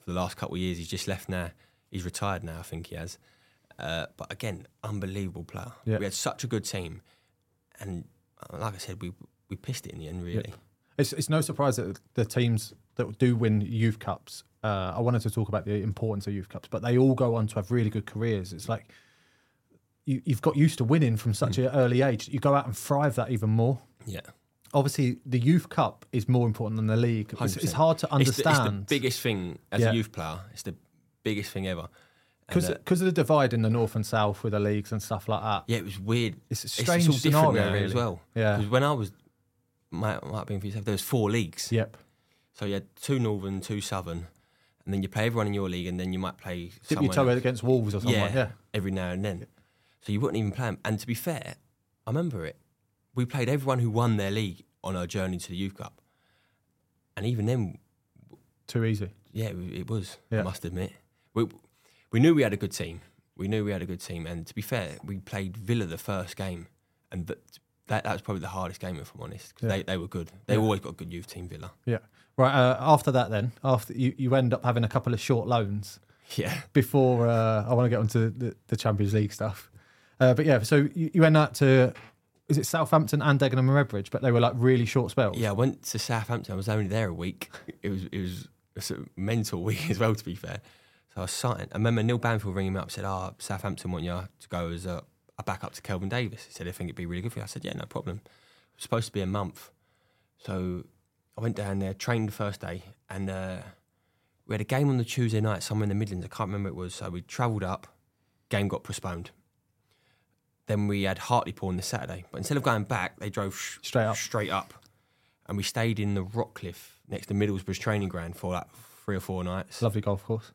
S3: For the last couple of years, he's just left now. He's retired now, I think he has. Uh, but again, unbelievable player.
S2: Yeah.
S3: We had such a good team, and uh, like I said, we we pissed it in the end, really.
S2: It's it's no surprise that the teams that do win youth cups. Uh, I wanted to talk about the importance of youth cups, but they all go on to have really good careers. It's like you, you've got used to winning from such
S3: Mm.
S2: an early age. You go out and thrive that even more.
S3: Yeah.
S2: Obviously, the youth cup is more important than the league. It's,
S3: 100%.
S2: it's hard to
S3: It's the- It's the,
S2: understand
S3: biggest thing as
S2: Yeah.
S3: a youth player. It's the biggest thing ever. And,
S2: because of
S3: uh,
S2: the divide in the north and south with the leagues and stuff like that.
S3: yeah, it was weird.
S2: It's a
S3: it's
S2: strange
S3: all different
S2: scenario,
S3: now as
S2: really.
S3: well.
S2: Yeah.
S3: because when I was might might have been for yourself, there was four leagues.
S2: Yep.
S3: So you had two northern, two southern, and then you play everyone in your league, and then you might play.
S2: Dip your
S3: someone
S2: toe
S3: else.
S2: against Wolves or something.
S3: yeah,
S2: Yeah. yeah.
S3: every now and then. So you wouldn't even play 'em. And to be fair, I remember it. We played everyone who won their league on our journey to the Youth Cup, and even then,
S2: Too easy.
S3: yeah, it- it was.
S2: Yeah.
S3: I must admit, we we knew we had a good team. We knew we had a good team, and to be fair, we played Villa the first game, and that that, that was probably the hardest game if I'm honest. 'cause
S2: Yeah.
S3: they they were good. They always got a good youth team, Villa.
S2: Yeah. Right. Uh, after that, then after you, you end up having a couple of short loans
S3: Yeah,
S2: before uh, I want to get onto the, the Champions League stuff. Uh, but yeah, so you, you end up to is it Southampton and Dagenham and Redbridge, but they were like really short spells.
S3: Yeah, I went to Southampton. I was only there a week. It was it was a sort of mental week as well, to be fair. So I was signed. I remember Neil Banfield ringing me up, said, "Ah, Southampton want you to go as a, a backup to Kelvin Davis." He said, "I think it'd be really good for you." I said, "Yeah, no problem." was supposed to be a month. So I went down there, trained the first day, and uh, we had a game on the Tuesday night somewhere in the Midlands. I can't remember what it was. So we travelled up, game got postponed. Then we had Hartlepool on the Saturday, but instead of going back, they drove sh-
S2: Straight up.
S3: straight up, and we stayed in the Rockcliffe next to Middlesbrough's training ground for like three or four nights.
S2: Lovely golf course.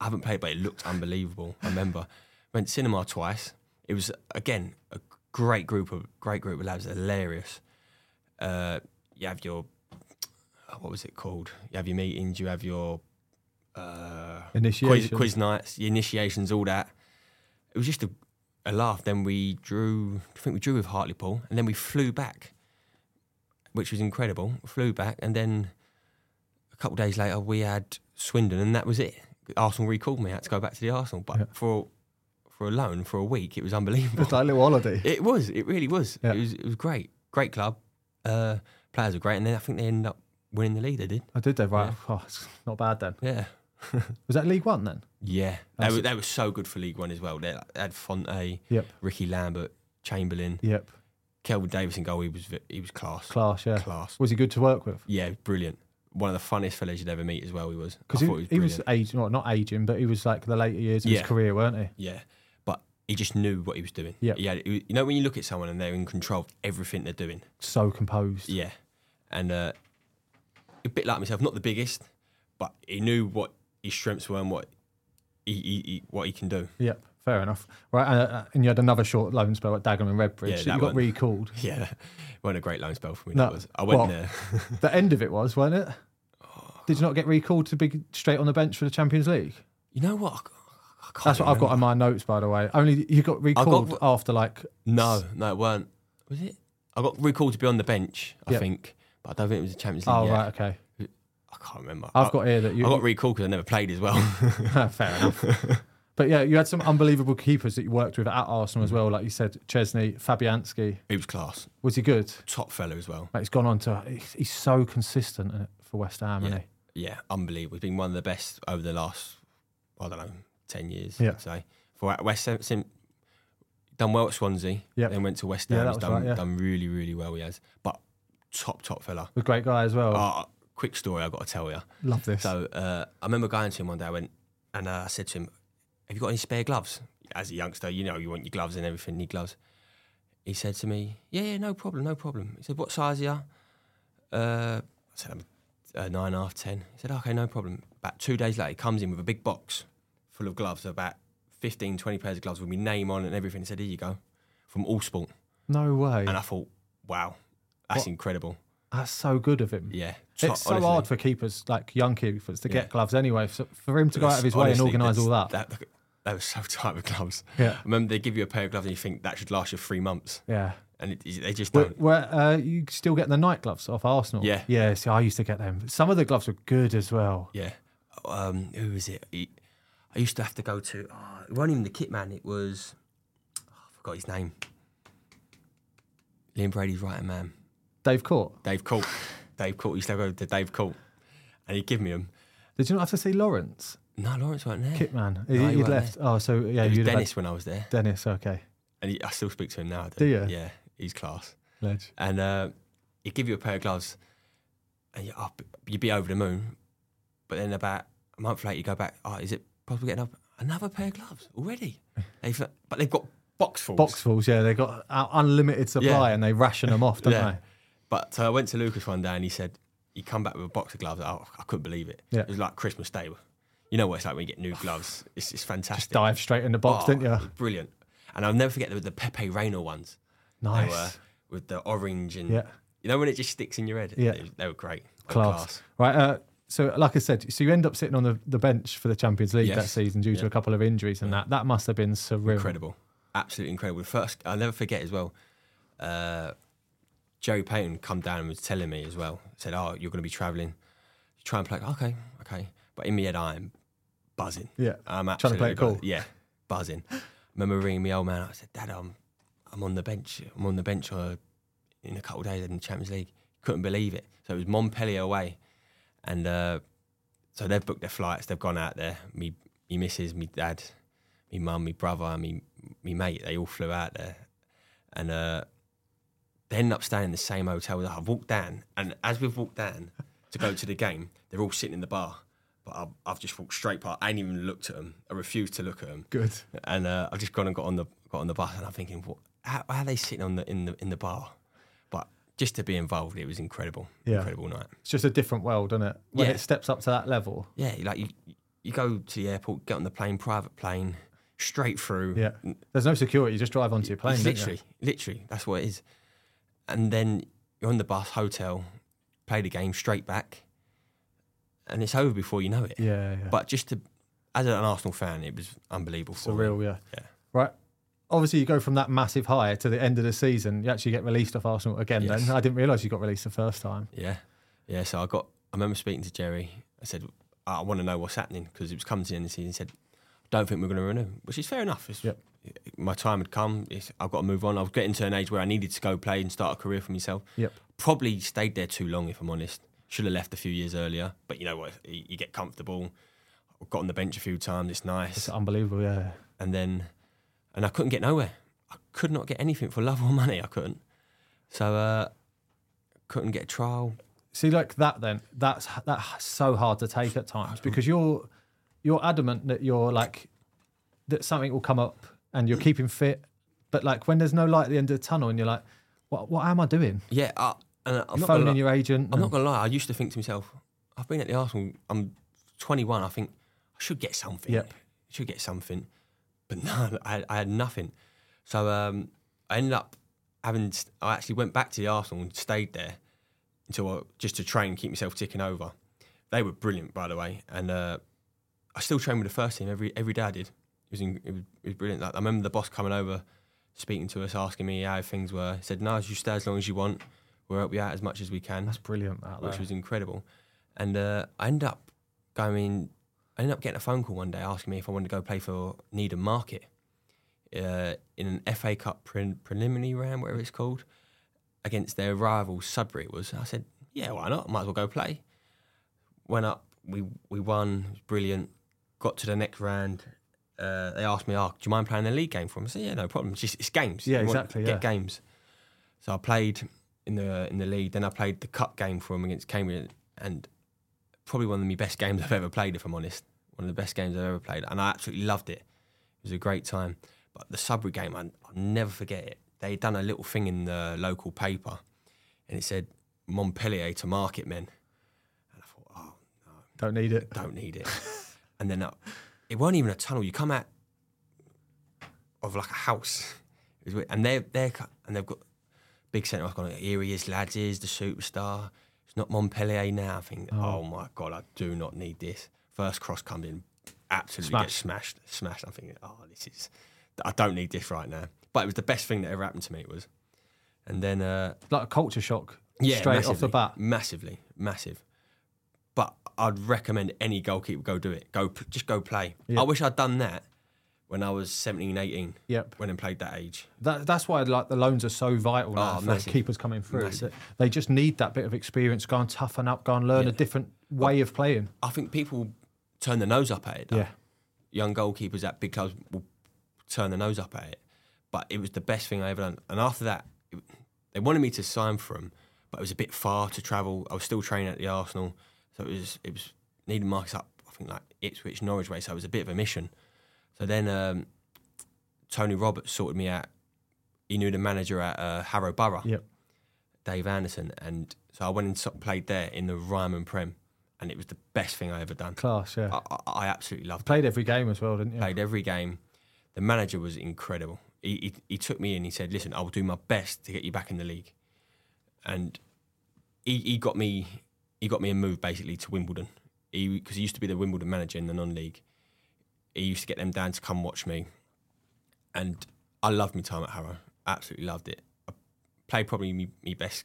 S3: I haven't played, but it looked unbelievable. I remember went cinema twice. It was again a great group of great group of lads, hilarious. Uh, you have your what was it called? You have your meetings. You have your uh, quiz,
S2: Initiation.
S3: quiz nights, your initiations, all that. It was just a, a laugh. Then we drew. I think we drew with Hartlepool, and then we flew back, which was incredible. Flew back, and then a couple of days later we had Swindon, and that was it. Arsenal recalled me. I had to go back to the Arsenal, but for for a loan for a week, it was unbelievable.
S2: It's like a little holiday.
S3: It was. It really was.
S2: Yeah.
S3: It was. It was great. Great club. Uh, players were great, and then I think they ended up winning the league. They did.
S2: I did though, right? Oh, it's not bad then.
S3: Yeah.
S2: Was that League One then?
S3: Yeah. They
S2: That's-
S3: were, they were so good for League One as well. They had Fonte,
S2: Yep.
S3: Ricky Lambert, Chamberlain,
S2: Yep.
S3: Kelvin Davis in goal. He was vi- he was class.
S2: Class, yeah.
S3: Class.
S2: Was he good to work with?
S3: Yeah, brilliant. One of the funniest fellas you'd ever meet as well. He was. I
S2: Because he,
S3: thought
S2: he was aging, well, not aging, but he was like the later years of
S3: Yeah.
S2: his career, weren't he?
S3: Yeah, but he just knew what he was doing.
S2: Yep.
S3: Yeah, you know when you look at someone and they're in control of everything they're doing.
S2: So composed.
S3: Yeah, and uh, a bit like myself, not the biggest, but he knew what his strengths were and what he, he, he what he can do.
S2: Yep. Fair enough. Right. And, uh, and you had another short loan spell at Dagenham and Redbridge.
S3: Yeah,
S2: that
S3: that
S2: you got
S3: one.
S2: recalled.
S3: Yeah, it wasn't a great loan spell for me.
S2: No.
S3: that was. I went
S2: Well-
S3: there.
S2: the end of it was, weren't it?
S3: Oh.
S2: Did you not get recalled to be straight on the bench for the Champions League?
S3: You know what? I, c- I can't
S2: That's what I've got in
S3: remember.
S2: my notes, by the way. Only you got recalled after like
S3: No, no, it weren't. Was it? I got recalled to be on the bench. I
S2: Yep.
S3: think, but I don't think it was the Champions League.
S2: Oh
S3: yet.
S2: right, okay.
S3: I can't remember.
S2: I've
S3: I-
S2: got here that you-
S3: I got recalled because I never played as well.
S2: Fair enough. But yeah, you had some unbelievable keepers that you worked with at Arsenal
S3: Mm.
S2: as well. Like you said, Chesney, Fabianski.
S3: he was class,
S2: Was he good?
S3: top fella as well.
S2: Like he's gone on to. He's, he's so consistent in it for West Ham,
S3: Yeah,
S2: isn't
S3: yeah, unbelievable. He's been one of the best over the last, I don't know, ten years.
S2: Yeah.
S3: I'd say for at West Ham, sim- done well at Swansea.
S2: Yep.
S3: Then went to West
S2: Yeah,
S3: Ham.
S2: that
S3: he's
S2: was
S3: done,
S2: right, yeah.
S3: done really, really well. He has, but top, top fella.
S2: he? A great guy as well.
S3: Ah, quick story I got to tell you.
S2: Love this.
S3: So uh, I remember going to him one day. I went and uh, I said to him, "Have you got any spare gloves?" As a youngster, you know you want your gloves and everything. you Need gloves. He said to me, "Yeah, yeah, no problem, no problem." He said, "What size are you?" Uh, I said, "I'm uh, nine and a half, ten. He said, "Okay, no problem." About two days later, he comes in with a big box full of gloves, about 15, 20 pairs of gloves with my name on it and everything. He said, "Here you go, from All Sport."
S2: no way.
S3: And I thought, "Wow, that's
S2: What?
S3: incredible."
S2: That's so good of him.
S3: Yeah, Top-
S2: It's so
S3: honestly.
S2: hard for keepers, like young keepers, to
S3: Yeah.
S2: get gloves anyway. So for him to go out of his way and
S3: Honestly,
S2: organise all
S3: that's-
S2: that.
S3: That, that was so tight with gloves.
S2: Yeah.
S3: I remember they give you a pair of gloves and you think that should last you three months,
S2: Yeah.
S3: and it, it- they just
S2: Where,
S3: don't.
S2: where uh, you still get the night gloves off Arsenal?
S3: Yeah.
S2: Yeah, see, I used to get them. Some of the gloves were good as well.
S3: yeah. Um, who was it? He- I used to have to go to. Oh, it wasn't even the kit man. It was. oh, I forgot his name. Liam Brady's right hand man.
S2: Dave Court.
S3: Dave Court. Dave Court. used to go to Dave Court, and he'd give me them.
S2: Did you not have to see Lawrence?
S3: No, Lawrence weren't there.
S2: Kitman.
S3: No,
S2: He,
S3: he
S2: would
S3: weren't
S2: left.
S3: there.
S2: Oh, so yeah,
S3: it was
S2: you'd
S3: Dennis
S2: Have
S3: when I was there,
S2: had... Dennis, okay.
S3: and he, I still speak to him now.
S2: Do you?
S3: Yeah, he's class.
S2: Ledge.
S3: and uh, he'd give you a pair of gloves, and you up, you'd be over the moon. But then about a month later, you go back. Oh, is it possible getting up another pair of gloves already? They've, but they've got boxfuls.
S2: Boxfuls, yeah, they got uh, unlimited supply
S3: Yeah.
S2: and they ration them off, don't
S3: Yeah. But uh, I went to Lucas one day, and he said he come back with a box of gloves. Oh, I couldn't believe it.
S2: Yeah.
S3: It was like Christmas Day. You know what it's like when you get new gloves. It's it's
S2: they?
S3: fantastic.
S2: Just dive straight in the box,
S3: Oh,
S2: didn't you?
S3: Brilliant. And I'll never forget the, the Pepe Reina ones.
S2: Nice.
S3: They were with the orange and
S2: Yeah.
S3: you know when it just sticks in your head.
S2: Yeah.
S3: They, they were great. They were
S2: class. Right. Uh, so, like I said, so you end up sitting on the, the bench for the Champions League that
S3: Yes.
S2: season due to
S3: Yeah.
S2: a couple of injuries and that. That must have been surreal.
S3: incredible, absolutely incredible. The First, I'll never forget as well. Uh, Jerry Payton come down and was telling me as well. Said, "Oh, you're going to be travelling. Try and play." Okay, okay. But in my head, I'm buzzing.
S2: Yeah,
S3: I'm
S2: trying to play
S3: absolutely
S2: it cool.
S3: buzzing. Yeah, buzzing. remember ringing me old man. I said, "Dad, I'm, I'm on the bench. I'm on the bench uh, in a couple of days in the Champions League." Couldn't believe it. So it was Montpellier away, and uh, so they've booked their flights. They've gone out there. Me, me missus, me dad, me mum, me brother, me me mate. They all flew out there, and uh, They ended up staying in the same hotel that I've walked down. And as we've walked down to go to the game, they're all sitting in the bar. But I've, I've just walked straight past. I ain't even looked at them. I refused to look at them.
S2: Good.
S3: And uh, I've just gone and got on the got on the bus, and I'm thinking, what? How, how are they sitting on the in the in the bar? But just to be involved, it was incredible.
S2: Yeah.
S3: Incredible night.
S2: It's just a different world, isn't it? When
S3: Yeah.
S2: it steps up to that level.
S3: Yeah, like you, you go to the airport, get on the plane, private plane, straight through.
S2: Yeah. There's no security. You just drive onto your plane.
S3: It's
S2: don't you?
S3: Mm. literally, literally, that's what it is. And then you're on the bus, hotel, play the game, straight back, and it's over before you know it.
S2: Yeah, yeah.
S3: But just to, as an Arsenal fan, it was unbelievable. for me.
S2: Surreal, yeah.
S3: Yeah.
S2: Right. Obviously, you go from that massive high to the end of the season. You actually get released off Arsenal again.
S3: Yes.
S2: Then I didn't realise you got released the first time.
S3: Yeah, yeah. So I got. I remember speaking to Jerry. I said, I want to know what's happening because it was coming to the end of the season. He said, don't think we're going to renew, which is fair enough. It's,
S2: Yep.
S3: My time had come. It's, I've got to move on. I was getting to an age where I needed to go play and start a career for myself.
S2: Yep.
S3: Probably stayed there too long, if I'm honest. Should have left a few years earlier. But you know what? You, you get comfortable. Got on the bench a few times. It's nice
S2: It's unbelievable, yeah.
S3: and then and I couldn't get nowhere. I could not get anything for love or money. I couldn't. So uh, couldn't get a trial.
S2: See, like that, then that's that's so hard to take at times because you're you're adamant that you're like that something will come up and you're keeping fit, but like when there's no light at the end of the tunnel and you're like, what what am I doing?
S3: Yeah, I, and I'm not gonna
S2: Phoning
S3: li-
S2: your agent.
S3: I'm not
S2: and-
S3: gonna lie. I used to think to myself, I've been at the Arsenal. I'm 21. I think I should get something.
S2: Yep.
S3: I should get something. But no, I, I had nothing. So um, I ended up having. I actually went back to the Arsenal and stayed there until I, just to train, keep myself ticking over. They were brilliant, by the way, and uh, I still train with the first team every every day. I did. It was, in, it was, it was brilliant. Like, I remember the boss coming over, speaking to us, asking me how things were. He said, "No, you stay as long as you want. We'll help you out as much as we can."
S2: That's brilliant. That
S3: which
S2: though.
S3: was incredible. And uh, I ended up going, I ended up getting a phone call one day asking me if I wanted to go play for Needham Market uh, in an FA Cup pre- preliminary round, whatever it's called, against their rival Sudbury. It was. I said, yeah, why not? Might as well go play. Went up, we we won, it was brilliant. Got to the next round. Uh, they asked me, oh, do you mind playing a league game for them? I said, yeah, no problem. It's just it's games.
S2: Yeah,
S3: You want-
S2: exactly, yeah.
S3: Get games. So I played in the in the league. Then I played the cup game for them against Cambridge, and probably one of my best games I've ever played. If I'm honest, one of the best games I've ever played, and I absolutely loved it. It was a great time. But the Sudbury game, I, I'll never forget it. They'd done a little thing in the local paper, and it said Montpellier to market men. And I thought, oh,
S2: Don't need it.
S3: don't need it. and then uh, it weren't even a tunnel. You come out of like a house, It was weird. and they they and they've got big centre. I've gone here he is, lads. Here's the superstar. It's not Montpellier now. I think. Oh, my god, I do not need this. First cross comes in, absolutely gets smashed, smashed. I'm thinking, oh, this is. I don't need this right now. But it was the best thing that ever happened to me. It was, and then. Uh,
S2: Like a culture shock.
S3: yeah,
S2: straight off the
S3: massively,
S2: bat.
S3: massively, massive. But I'd recommend any goalkeeper go do it. Go p- just go play.
S2: Yeah.
S3: I wish I'd done that when I was 17, 18.
S2: Yep.
S3: When I played that age.
S2: That, that's why like the loans are so vital now
S3: Oh,
S2: for
S3: massive.
S2: keepers coming through.
S3: Massive.
S2: They just need that bit of experience, go and toughen up, go and learn a different way of playing.
S3: I think people turn their nose up at it. though.
S2: Yeah.
S3: Young goalkeepers at big clubs will turn their nose up at it. But it was the best thing I ever done. And after that, it, they wanted me to sign for them, but it was a bit far to travel. I was still training at the Arsenal, so it was it was needing marks up. I think like Ipswich, Norwich way, so it was a bit of a mission. So then um, Tony Roberts sorted me out. He knew the manager at uh, Harrow Borough.
S2: Yep.
S3: Dave Anderson, and so I went and so- played there in the Ryman Prem, and it was the best thing I ever done.
S2: Class, yeah.
S3: I, I, I absolutely loved it.
S2: Played every game as well, didn't you?
S3: Played every game. The manager was incredible. He, he he took me in. He said, "Listen, I will do my best to get you back in the league," and he, he got me he got me a move basically to Wimbledon. He because he used to be the Wimbledon manager in the non-league. He used to get them down to come watch me, and I loved my time at Harrow. Absolutely loved it. I played probably my, my best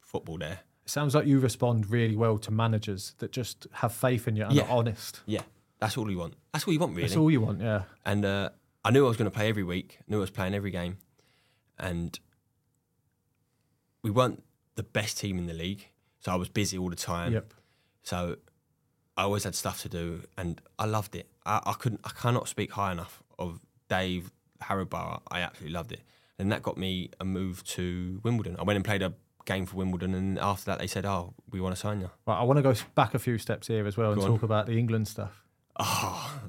S3: football there.
S2: It sounds like you respond really well to managers that just have faith in you and
S3: Yeah.
S2: are honest.
S3: Yeah, that's all you want. That's all you want, really.
S2: That's all you want, yeah.
S3: And uh, I knew I was going to play every week. Knew I was playing every game, and we weren't the best team in the league, so I was busy all the time.
S2: yep.
S3: So I always had stuff to do, and I loved it. I, I couldn't, I cannot speak high enough of Dave Harrowborough. I absolutely loved it. Then that got me a move to Wimbledon. I went and played a game for Wimbledon, and after that, they said, "Oh, we want to sign you."
S2: Right, I want to go back a few steps here as well and
S3: Go on.
S2: talk about the England stuff.
S3: Oh,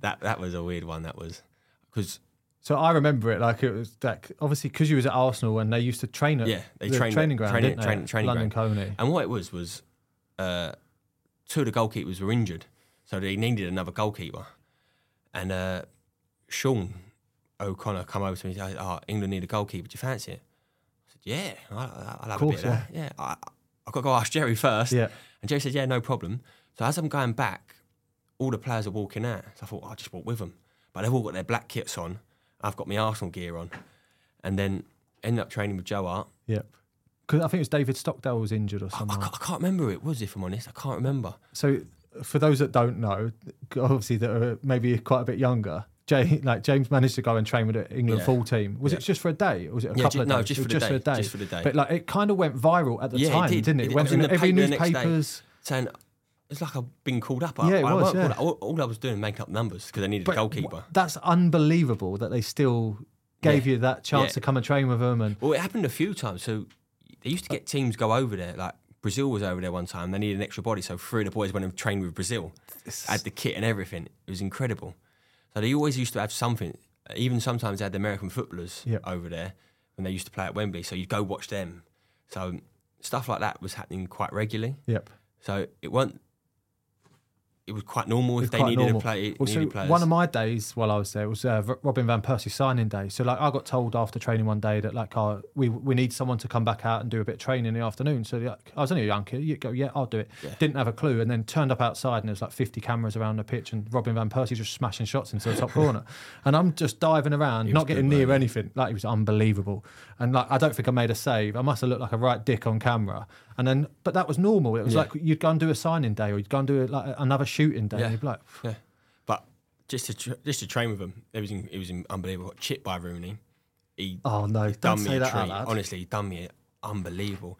S3: that that was a weird one. That was because
S2: So I remember it like it was like obviously because you was at Arsenal and they used to train at
S3: yeah, they
S2: the
S3: trained
S2: training ground,
S3: training,
S2: didn't they?
S3: training, training
S2: London
S3: ground.
S2: Coney.
S3: And what it was was uh, two of the goalkeepers were injured, so they needed another goalkeeper. And uh, Sean O'Connor come over to me and said, "Oh, England need a goalkeeper. Do you fancy it?" I said, "Yeah, I, I- I'll have
S2: course,
S3: a bit of that. Yeah, I, I've got to go ask Jerry first.
S2: Yeah.
S3: And Jerry said, "Yeah, no problem." So as I'm going back, all the players are walking out. So I thought I'll just walk with them, but they've all got their black kits on. I've got my Arsenal gear on, and then ended up training with Joe Hart.
S2: Yep. Because I think it was David Stockdale was injured or
S3: I, I
S2: something.
S3: ca- I can't remember who it was, if I'm honest. I can't remember.
S2: So for those that don't know, obviously that are maybe quite a bit younger, Jay, like James managed to go and train with the England
S3: Yeah.
S2: full team. Was it just for a day? Or was it a
S3: Yeah,
S2: couple
S3: ju-
S2: of days?
S3: no, just
S2: It
S3: for
S2: was
S3: the day, just for the day.
S2: But like it kind of went viral at the
S3: yeah,
S2: time,
S3: it did.
S2: not it?
S3: It
S2: went
S3: was
S2: in,
S3: in the
S2: every
S3: paper the next day
S2: newspapers.
S3: saying it's like I've been called up. I,
S2: Yeah, it
S3: I
S2: was,
S3: weren't called
S2: yeah.
S3: up. All, all I was doing was making up numbers because I needed
S2: But
S3: a goalkeeper.
S2: That's unbelievable that they still gave
S3: Yeah.
S2: you that chance
S3: Yeah.
S2: to come and train with them. And
S3: Well, it happened a few times. So they used to get teams go over there. Like Brazil was over there one time. They needed an extra body, so three of the boys went and trained with Brazil. Had the kit and everything. It was incredible. So they always used to have something. Even sometimes they had the American footballers
S2: Yep.
S3: over there when they used to play at Wembley. So you'd go watch them. So stuff like that was happening quite regularly.
S2: yep.
S3: So it weren't. It was quite normal if
S2: It's
S3: they
S2: quite
S3: needed
S2: normal.
S3: to play.
S2: Well,
S3: needed
S2: so
S3: players.
S2: one of my days while I was there was uh, R- Robin van Persie signing day. So like I got told after training one day that like oh, we we need someone to come back out and do a bit of training in the afternoon. So like, I was only a young kid. You go, yeah, I'll do it. Didn't have a clue, and then turned up outside and there was like 50 cameras around the pitch, and Robin van Persie just smashing shots into the top corner, and I'm just diving around, not getting near anything. Like it was unbelievable, and like I don't think I made a save. I must have looked like a right dick on camera. And then, but that was normal. It was like you'd go and do a signing day, or you'd go and do like another shooting day.
S3: Yeah.
S2: And you'd be like,
S3: Yeah, but just to tr just to train with him, it was in- it was in- unbelievable. Chip by Rooney, he
S2: Oh no! Don't
S3: done me
S2: say
S3: a
S2: that out
S3: treat.
S2: loud.
S3: Honestly, he done me a- unbelievable,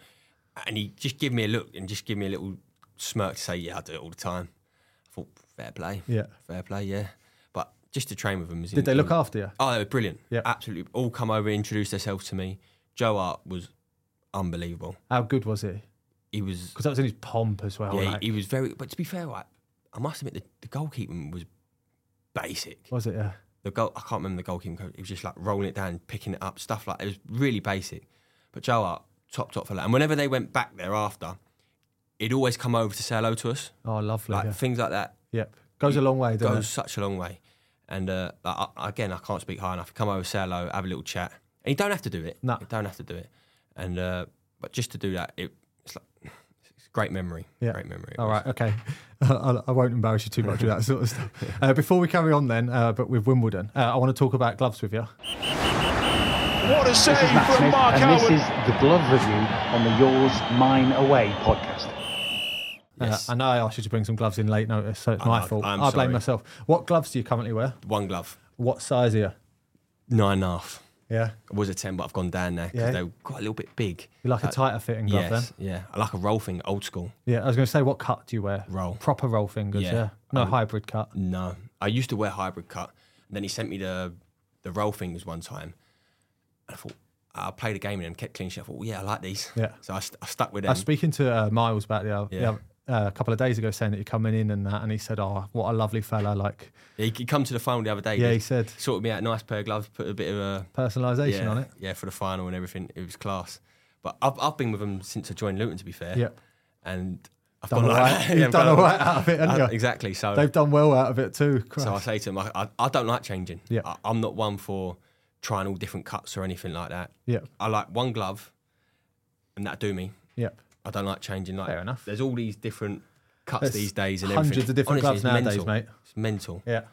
S3: and he just give me a look and just give me a little smirk to say, "Yeah, I do it all the time." I thought, fair play,
S2: Yeah.
S3: fair play, yeah. But just to train with him, was
S2: Did they look
S3: up?
S2: after you?
S3: Oh, they were brilliant.
S2: Yeah.
S3: absolutely. All come over, introduce themselves to me. Joe Art was unbelievable.
S2: How good was he?
S3: He was
S2: Because that was in his pomp as well.
S3: Yeah,
S2: like.
S3: he, he was very. But to be fair, right, I must admit the, the goalkeeping was basic.
S2: was it? Yeah.
S3: The goal, I can't remember the goalkeeping coach. He was just like rolling it down, picking it up, stuff like it was really basic. But Joe Hart, top top for that. And whenever they went back thereafter, he'd always come over to say hello to us,
S2: Oh, lovely.
S3: like
S2: yeah.
S3: things like that.
S2: Yep. Goes a long way. Doesn't
S3: Goes
S2: goes.
S3: such a long way. And uh, I, I- again, I can't speak high enough. Come over, say hello, have a little chat. And you don't have to do it.
S2: No.
S3: you don't have to do it. And uh, but just to do that, it, it's like it's a great memory.
S2: Yeah.
S3: Great memory. it
S2: All
S3: was.
S2: right. Okay. I, I won't embarrass you too much with that sort of stuff. Uh, before we carry on, then, uh, but with Wimbledon, uh, I want to talk about gloves with you.
S4: What a save from Mark Howard.
S5: the glove review on the Yours Mine Away podcast.
S3: Yes.
S2: Uh, and I asked you to bring some gloves in late notice, so it's my
S3: know,
S2: fault.
S3: I'm
S2: I blame
S3: sorry.
S2: myself. What gloves do you currently wear?
S3: One glove.
S2: What size are you?
S3: Nine and a half.
S2: Yeah.
S3: It was a 10, but I've gone down there because
S2: Yeah.
S3: they were quite a little bit big.
S2: You like a tighter fitting glove
S3: Uh, yes,
S2: then?
S3: yeah. I like a roll thing, old school.
S2: Yeah. I was going to say, what cut do you wear?
S3: Roll.
S2: Proper roll fingers. Yeah.
S3: Yeah.
S2: No
S3: I would-
S2: hybrid cut.
S3: No. I used to wear hybrid cut. And then he sent me the the roll fingers one time. And I thought, I played a game in them, kept clean sheet. I thought, well, yeah, I like these.
S2: Yeah.
S3: So I, st- I stuck with
S2: I
S3: them.
S2: was speaking to uh, Miles about the other, the
S3: Yeah.
S2: other- uh, a couple of days ago, saying that you're coming in and that, and he said, "Oh, what a lovely fella!" Like
S3: he, he come to the final the other day.
S2: Yeah, he said.
S3: Sorted me out a nice pair of gloves, put a bit of a.
S2: personalisation
S3: yeah,
S2: on it.
S3: Yeah, for the final and everything. It was class. But I've, I've been with him since I joined Luton, to be fair.
S2: Yep.
S3: And I've
S2: Done
S3: gone
S2: all
S3: like
S2: right.
S3: that.
S2: You've
S3: I've
S2: done
S3: gone
S2: all right
S3: like
S2: out of it, haven't
S3: Uh,
S2: you?
S3: Exactly. So
S2: They've done well out of it too. Christ.
S3: So I say to them, I, I, I don't like changing.
S2: Yeah.
S3: I, I'm not one for trying all different cuts or anything like that.
S2: Yeah.
S3: I like one glove, and that do me.
S2: yep.
S3: I don't like changing. Like,
S2: Fair enough.
S3: There's all these different cuts
S2: There's
S3: these days, and
S2: hundreds
S3: everything.
S2: of different
S3: Honestly,
S2: gloves
S3: it's
S2: nowadays,
S3: mental.
S2: mate.
S3: It's mental.
S2: Yeah.
S3: All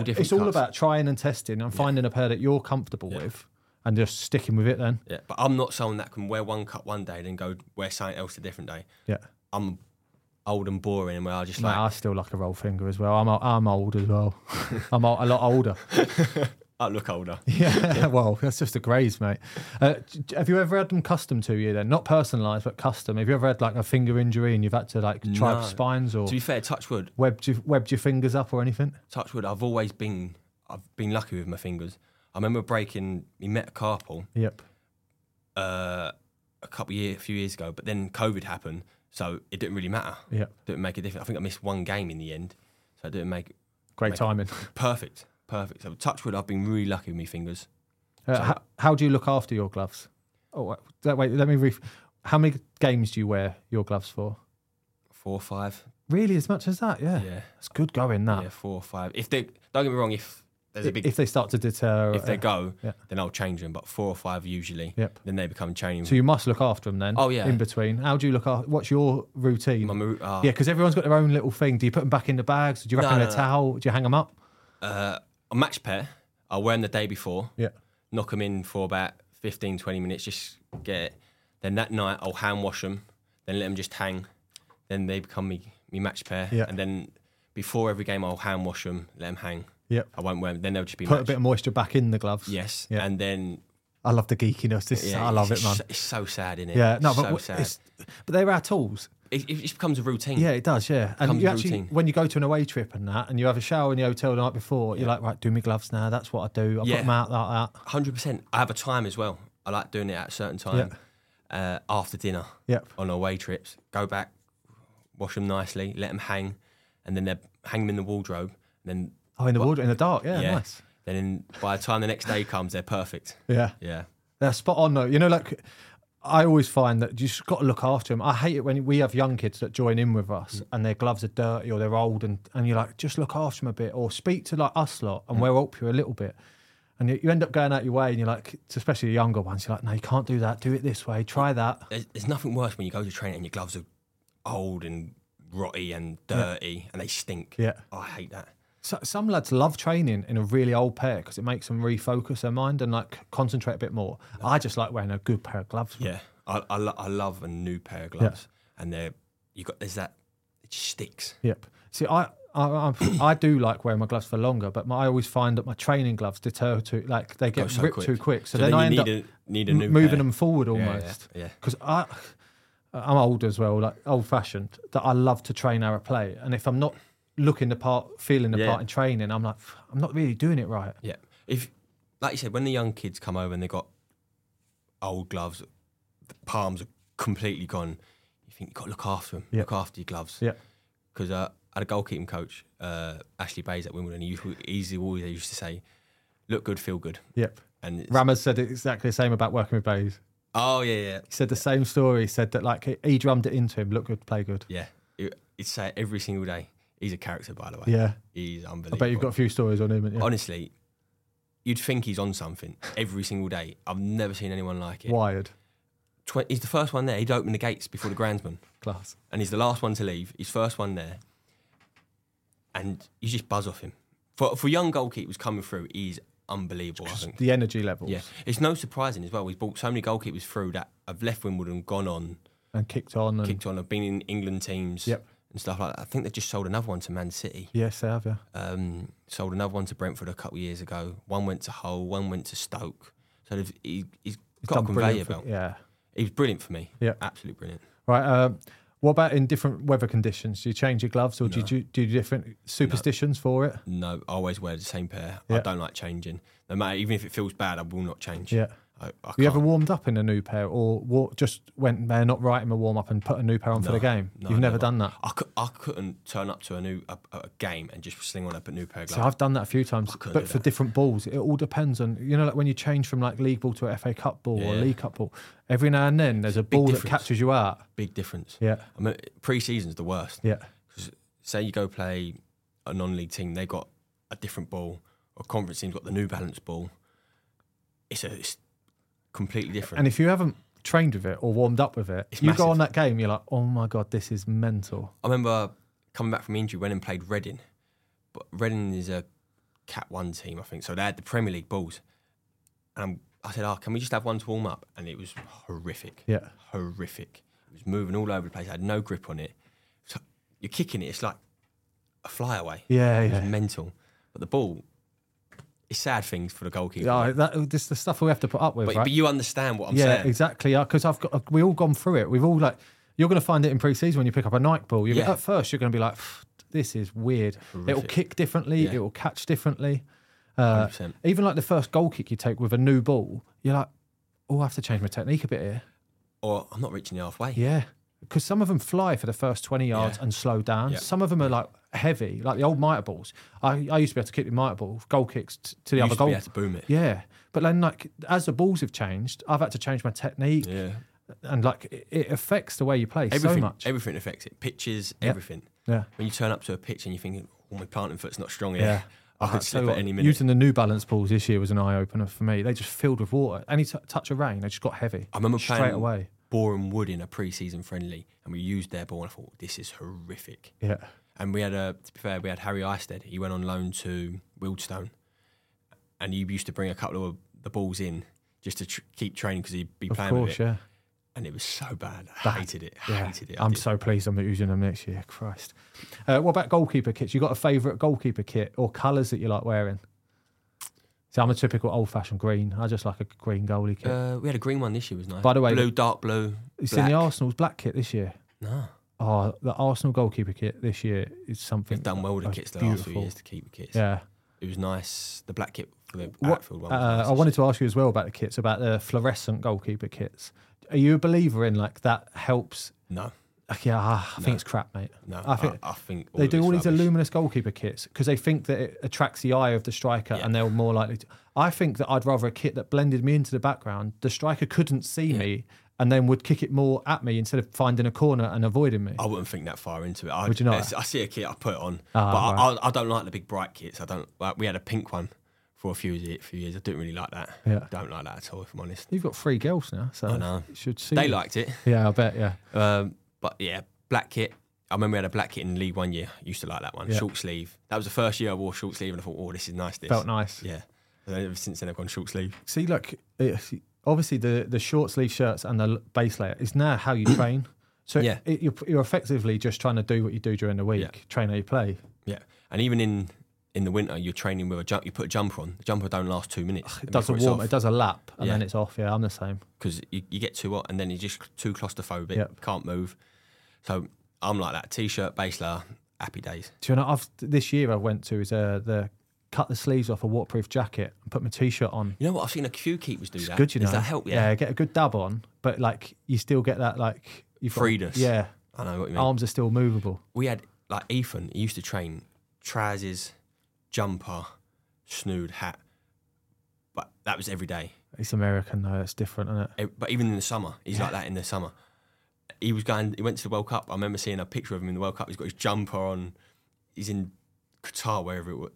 S2: But
S3: different
S2: it's all
S3: cuts.
S2: about trying and testing and finding a pair that you're comfortable
S3: Yeah.
S2: with, and just sticking with it. Then.
S3: Yeah. But I'm not someone that can wear one cut one day, then go wear something else a different day.
S2: Yeah.
S3: I'm old and boring, and where I just
S2: Mate,
S3: like
S2: I still like a roll finger as well. I'm o- I'm old as well. I'm o- a lot older.
S3: I look older.
S2: Yeah, well, that's just the grays, mate. Uh, d- d- have you ever had them custom to you then? Not personalised, but custom. Have you ever had like a finger injury and you've had to like try
S3: No.
S2: spines or
S3: To be fair, touch wood.
S2: webbed, your, webbed your fingers up or anything?
S3: touch wood, I've always been I've been lucky with my fingers. I remember breaking. He met a carpool.
S2: Yep.
S3: Uh, a couple year, a few years ago, but then COVID happened, so it didn't really matter.
S2: Yep.
S3: Didn't make a difference. I think I missed one game in the end, so it didn't make.
S2: Great
S3: make-
S2: timing.
S3: Perfect. Perfect. So touch wood. I've been really lucky with my fingers.
S2: Uh, how, how do you look after your gloves? Oh, wait, that, wait let me. Ref- how many games do you wear your gloves for?
S3: Four or five.
S2: Really, as much as that? Yeah.
S3: Yeah.
S2: It's good going that.
S3: Yeah, four or five. If they don't get me wrong, if there's a big
S2: if they start to deter,
S3: if they
S2: uh,
S3: go,
S2: yeah.
S3: then I'll change them. But four or five usually.
S2: Yep.
S3: Then they become changing.
S2: So you must look after them then.
S3: Oh, yeah.
S2: In between, how do you look after? What's your routine?
S3: My mo- ah.
S2: yeah, because everyone's got their own little thing. Do you put them back in the bags? Do you wrap
S3: No,
S2: them in
S3: no,
S2: a
S3: no.
S2: towel? Do you hang them up?
S3: uh, a match pair. I wear them the day before.
S2: Yeah.
S3: Knock them in for about 15, 20 minutes. Just get it. Then that night I'll hand wash them. Then let them just hang. Then they become me me match pair.
S2: Yeah.
S3: And then before every game I'll hand wash them. Let them hang.
S2: Yep.
S3: I won't wear them. Then they'll just be
S2: Put a
S3: match.
S2: bit of moisture back in the gloves.
S3: Yes.
S2: Yeah.
S3: And then
S2: I love the geekiness. This,
S3: yeah,
S2: I love
S3: it's,
S2: it, man.
S3: It's, it's so sad, isn't it?
S2: yeah. No,
S3: It's
S2: but
S3: so
S2: w-
S3: sad.
S2: it's, but they're our tools.
S3: It, it just becomes a routine.
S2: Yeah, it does. Yeah, and
S3: Becomes
S2: you actually,
S3: routine.
S2: when you go to an away trip and that, and you have a shower in the hotel the night before, you're like, right, do my gloves now. That's what I do. I put
S3: Yeah.
S2: them out like that.
S3: Hundred percent. I have a time as well. I like doing it at a certain time uh, after dinner.
S2: Yep.
S3: On away trips, go back, wash them nicely, let them hang, and then they hang them in the wardrobe. And then
S2: Oh, in the water, in the dark. Yeah,
S3: yeah,
S2: nice.
S3: Then in, by the time the next day comes, they're perfect.
S2: Yeah.
S3: Yeah.
S2: They're spot on though. You know, like I always find that you just got to look after them. I hate it when we have young kids that join in with us and their gloves are dirty or they're old, and and you're like, just look after them a bit, or speak to like us lot, and we'll help you a little bit. And you, you end up going out your way, and you're like, especially the younger ones, you're like, no, you can't do that. Do it this way. Try that.
S3: There's, there's nothing worse when you go to training and your gloves are old and rotty and dirty and they stink.
S2: Yeah.
S3: Oh, I hate that.
S2: So, some lads love training in a really old pair because it makes them refocus their mind and like concentrate a bit more. I just like wearing a good pair of gloves.
S3: Yeah, I, I, lo- I love a new pair of gloves, and they're you got there's that it just sticks.
S2: Yep. See, I. I, I, I do like wearing my gloves for longer, but my, I always find that my training gloves deter too, like they get
S3: so
S2: ripped
S3: quick.
S2: too quick. So,
S3: So
S2: then,
S3: then
S2: I
S3: you
S2: end
S3: need
S2: up
S3: a- need a
S2: m-
S3: new
S2: moving
S3: pair.
S2: them forward
S3: yeah,
S2: almost.
S3: yeah.
S2: Because I, I'm old as well, like old fashioned, that I love to train how I play. And if I'm not looking the part, feeling the
S3: Yeah.
S2: part in training, I'm like, "Pff, I'm not really doing it right.
S3: Yeah. If, like you said, when the young kids come over and they got old gloves, the palms are completely gone. You think you've got to look after them.
S2: Yeah.
S3: Look after your gloves.
S2: Yeah.
S3: Because uh, I had a goalkeeping coach, uh, Ashley Bays at Wimbledon. He used to, he's always he used to say, "Look good, feel good."
S2: Yep.
S3: And it's,
S2: Ramas said exactly the same about working with Bays.
S3: oh yeah, yeah,
S2: He said the same story. He said that like he, he drummed it into him. Look good, play good.
S3: yeah. It- It's say it every single day. He's a character, by the way.
S2: Yeah.
S3: He's
S2: I
S3: unbelievable.
S2: bet you've got a few stories on him. haven't you?
S3: Honestly, you'd think he's on something every single day. I've never seen anyone like it.
S2: Wired
S3: Tw- he's the first one there. He'd open the gates before the groundsman,
S2: class.
S3: and he's the last one to leave. He's first one there, and you just buzz off him. For for young goalkeepers coming through, he's unbelievable. I think.
S2: The energy levels.
S3: Yeah, it's no surprising as well. We've brought so many goalkeepers through that have left Wimbledon, gone on,
S2: And kicked on. And,
S3: kicked on, have been in England teams
S2: Yep.
S3: and stuff like that. I think they just sold another one to Man City.
S2: Yes, they have. Yeah.
S3: Um, sold another one to Brentford a couple of years ago. One went to Hull. One went to Stoke. So they've- he, he's got a
S2: Done
S3: conveyor
S2: brilliant for-
S3: belt.
S2: Yeah.
S3: He was brilliant for me.
S2: Yeah.
S3: absolutely brilliant.
S2: Right. Um, what about in different weather conditions? Do you change your gloves or do you do, do you different superstitions for it?
S3: No, I always wear the same pair.
S2: Yeah.
S3: I don't like changing. No matter, even if it feels bad, I will not change.
S2: Yeah.
S3: I, I
S2: You ever
S3: can't.
S2: warmed up in a new pair or wa- just went there not right in a warm up and put a new pair on for the game?
S3: No,
S2: You've never, done that.
S3: I, cou- I couldn't turn up to a new a, a game and just sling on a new pair of
S2: So
S3: gloves.
S2: I've done that a few times,
S3: couldn't
S2: but
S3: do
S2: for
S3: that.
S2: different balls, it all depends on you know like when you change from like league ball to a FA Cup ball or
S3: Yeah.
S2: League Cup ball. Every now and then, there's a ball that
S3: difference.
S2: catches you out.
S3: Big difference.
S2: Yeah.
S3: I mean, pre-season's the worst.
S2: Yeah,
S3: Say you go play a non-league team, they got a different ball. Or conference team's got the New Balance ball. It's a it's completely different.
S2: and if you haven't trained with it or warmed up with it,
S3: It's
S2: you
S3: massive.
S2: go on that game, you're like, oh my god, this is mental.
S3: I remember coming back from injury, went and played Reading. But Reading is a Cat 1 team, I think. So they had the Premier League balls. And i I said, oh, can we just have one to warm up? And it was horrific.
S2: Yeah.
S3: Horrific. It was moving all over the place. I had no grip on it. So you're kicking it, it's like a flyaway.
S2: Yeah,
S3: It was
S2: yeah.
S3: mental. But the ball, it's sad things for the goalkeeper.
S2: Yeah, Oh, that this is the stuff we have to put up with,
S3: but,
S2: right?
S3: but you understand what I'm
S2: yeah,
S3: saying.
S2: exactly. Because I've got we all gone through it. We've all like you're going to find it in pre-season when you pick up a Nike ball. You're,
S3: Yeah.
S2: At first, you're going to be like, "Pff, "This is weird." It'll
S3: Horrific.
S2: kick differently.
S3: Yeah.
S2: It will catch differently. Uh,
S3: 100%.
S2: even like the first goal kick you take with a new ball, you're like, oh, I have to change my technique a bit here.
S3: Or I'm not reaching the halfway.
S2: Yeah. Because some of them fly for the first 20 yards
S3: Yeah.
S2: and slow down.
S3: Yeah.
S2: Some of them are like heavy, like the old mitre balls. I, I used to be able to kick the mitre ball, goal kicks t- to the
S3: You
S2: other
S3: used to
S2: goal.
S3: be able to boom it.
S2: Yeah. But then, like, as the balls have changed, I've had to change my technique.
S3: Yeah.
S2: And, like, it, it affects the way you play
S3: Everything,
S2: so much.
S3: everything affects it. Pitches,
S2: Yeah.
S3: everything.
S2: Yeah.
S3: When you turn up to a pitch and you think, oh, my planting foot's not strong
S2: Yeah.
S3: here. I
S2: I'll
S3: could
S2: tell
S3: slip
S2: you
S3: at
S2: what,
S3: any minute.
S2: Using the New Balance balls this year was an eye opener for me. They just filled with water. Any t- touch of rain, they just got heavy.
S3: I remember
S2: straight
S3: playing
S2: away.
S3: Boreham Wood in a pre-season friendly, and we used their ball, and I thought this is horrific.
S2: Yeah.
S3: And we had a to be fair, we had Harry Eisted. He went on loan to Wildstone, and he used to bring a couple of the balls in just to tr- keep training because he'd be
S2: Of
S3: playing
S2: course,
S3: with it.
S2: yeah.
S3: And it was so bad. I
S2: That-
S3: hated it. I
S2: yeah.
S3: hated it. I
S2: I'm
S3: did. Uh,
S2: so pleased I'm not using them next year. Christ. Uh, what about goalkeeper kits? You got a favourite goalkeeper kit or colours that you like wearing? See, I'm a typical old-fashioned green. I just like a green goalie kit.
S3: Uh, we had a green one this year. Was nice.
S2: By the way,
S3: blue, dark blue.
S2: It's in
S3: black.
S2: the Arsenal's black kit this year.
S3: No.
S2: Oh, the Arsenal goalkeeper kit this year is something
S3: We've done well with the
S2: that's
S3: kits the last few
S2: beautiful.
S3: years to keep the kits.
S2: Yeah.
S3: It was nice. The black kit for the
S2: What-
S3: outfield one. Was
S2: uh,
S3: nice
S2: I wanted to ask you as well about the kits, about the fluorescent goalkeeper kits. Are you a believer in like that helps?
S3: No.
S2: Yeah, ah, I think
S3: No.
S2: it's crap, mate.
S3: No,
S2: I think,
S3: I- I think all
S2: they
S3: of
S2: do
S3: it's
S2: all these
S3: rubbish.
S2: luminous goalkeeper kits because they think that it attracts the eye of the striker and they're more likely to. I think that I'd rather a kit that blended me into the background. The striker couldn't see me and then would kick it more at me instead of finding a corner and avoiding me.
S3: I wouldn't think that far into it. I,
S2: Would you not?
S3: I see a kit, I put it on,
S2: Ah,
S3: but I, I, I don't like the big bright kits. I don't. Like, we had a pink one for a few years. Few years. I didn't really like that.
S2: Yeah.
S3: Don't like that at all. If I'm honest,
S2: You've got three girls now, so
S3: I know.
S2: it should see
S3: they liked it.
S2: Yeah, I bet. Yeah,
S3: Um, but yeah, black kit. I remember we had a black kit in League One year. I used to like that one.
S2: Yeah.
S3: Short sleeve. That was the first year I wore short sleeve, and I thought, oh, this is nice. This
S2: felt nice.
S3: Yeah. And then ever since then, I've gone short sleeve.
S2: See, look, it's, obviously the the short sleeve shirts and the l- base layer is now how you train. So
S3: Yeah.
S2: it, you're, you're effectively just trying to do what you do during the week, train how you play.
S3: Yeah. And even in in the winter, you're training with a jump. You put a jumper on. The jumper don't last two minutes.
S2: It does a warm, it does a lap, and
S3: Yeah.
S2: then it's off. Yeah, I'm the same.
S3: because you, you get too hot and then you're just too claustrophobic,
S2: Yep.
S3: can't move. So I'm like that. T-shirt, base layer, happy days.
S2: Do you know? I've this year I went to is uh, the cut the sleeves off a waterproof jacket and put my t-shirt on.
S3: You know what? I've seen a few keepers do
S2: It's
S3: that.
S2: good, you know.
S3: Does that help?
S2: yeah,
S3: Yeah.
S2: get a good dab on, but like you still get that like you've got-
S3: Freedus.
S2: Yeah,
S3: I know what you mean.
S2: arms are still movable.
S3: we had like Ethan. He used to train trousers, jumper, snood, hat, but that was every day.
S2: It's American though; it's different, isn't it?
S3: Eh, But even in the summer, he's like that. In the summer, he was going. He went to the World Cup. I remember seeing a picture of him in the World Cup. He's got his jumper on. He's in Qatar, wherever it was.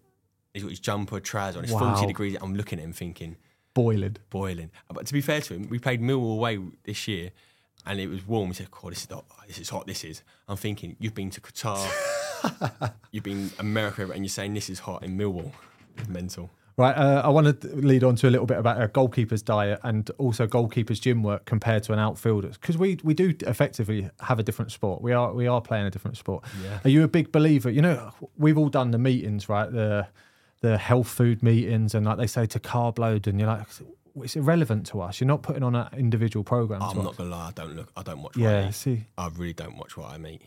S3: He's got his jumper, trousers on. It's
S2: Wow.
S3: forty degrees. I'm looking at him thinking.
S2: Boiling.
S3: boiling. Uh, But to be fair to him, we played Millwall away this year, and it was warm. He said, "God, this is hot. This is hot. This is." I'm thinking, you've been to Qatar, you've been America, and you're saying this is hot in Millwall. Mental.
S2: Right, uh, I want to lead on to a little bit about a goalkeeper's diet and also goalkeeper's gym work compared to an outfielder's because we we do effectively have a different sport. We are we are playing a different sport.
S3: Yeah.
S2: Are you a big believer? You know, we've all done the meetings, right? The the health food meetings and like they say to carb load, and you're like, it's irrelevant to us. You're not putting on an individual program.
S3: I'm not gonna lie. I don't look. I don't watch.
S2: Yeah,
S3: what I, eat.
S2: see. Oh.
S3: I really don't watch what I eat.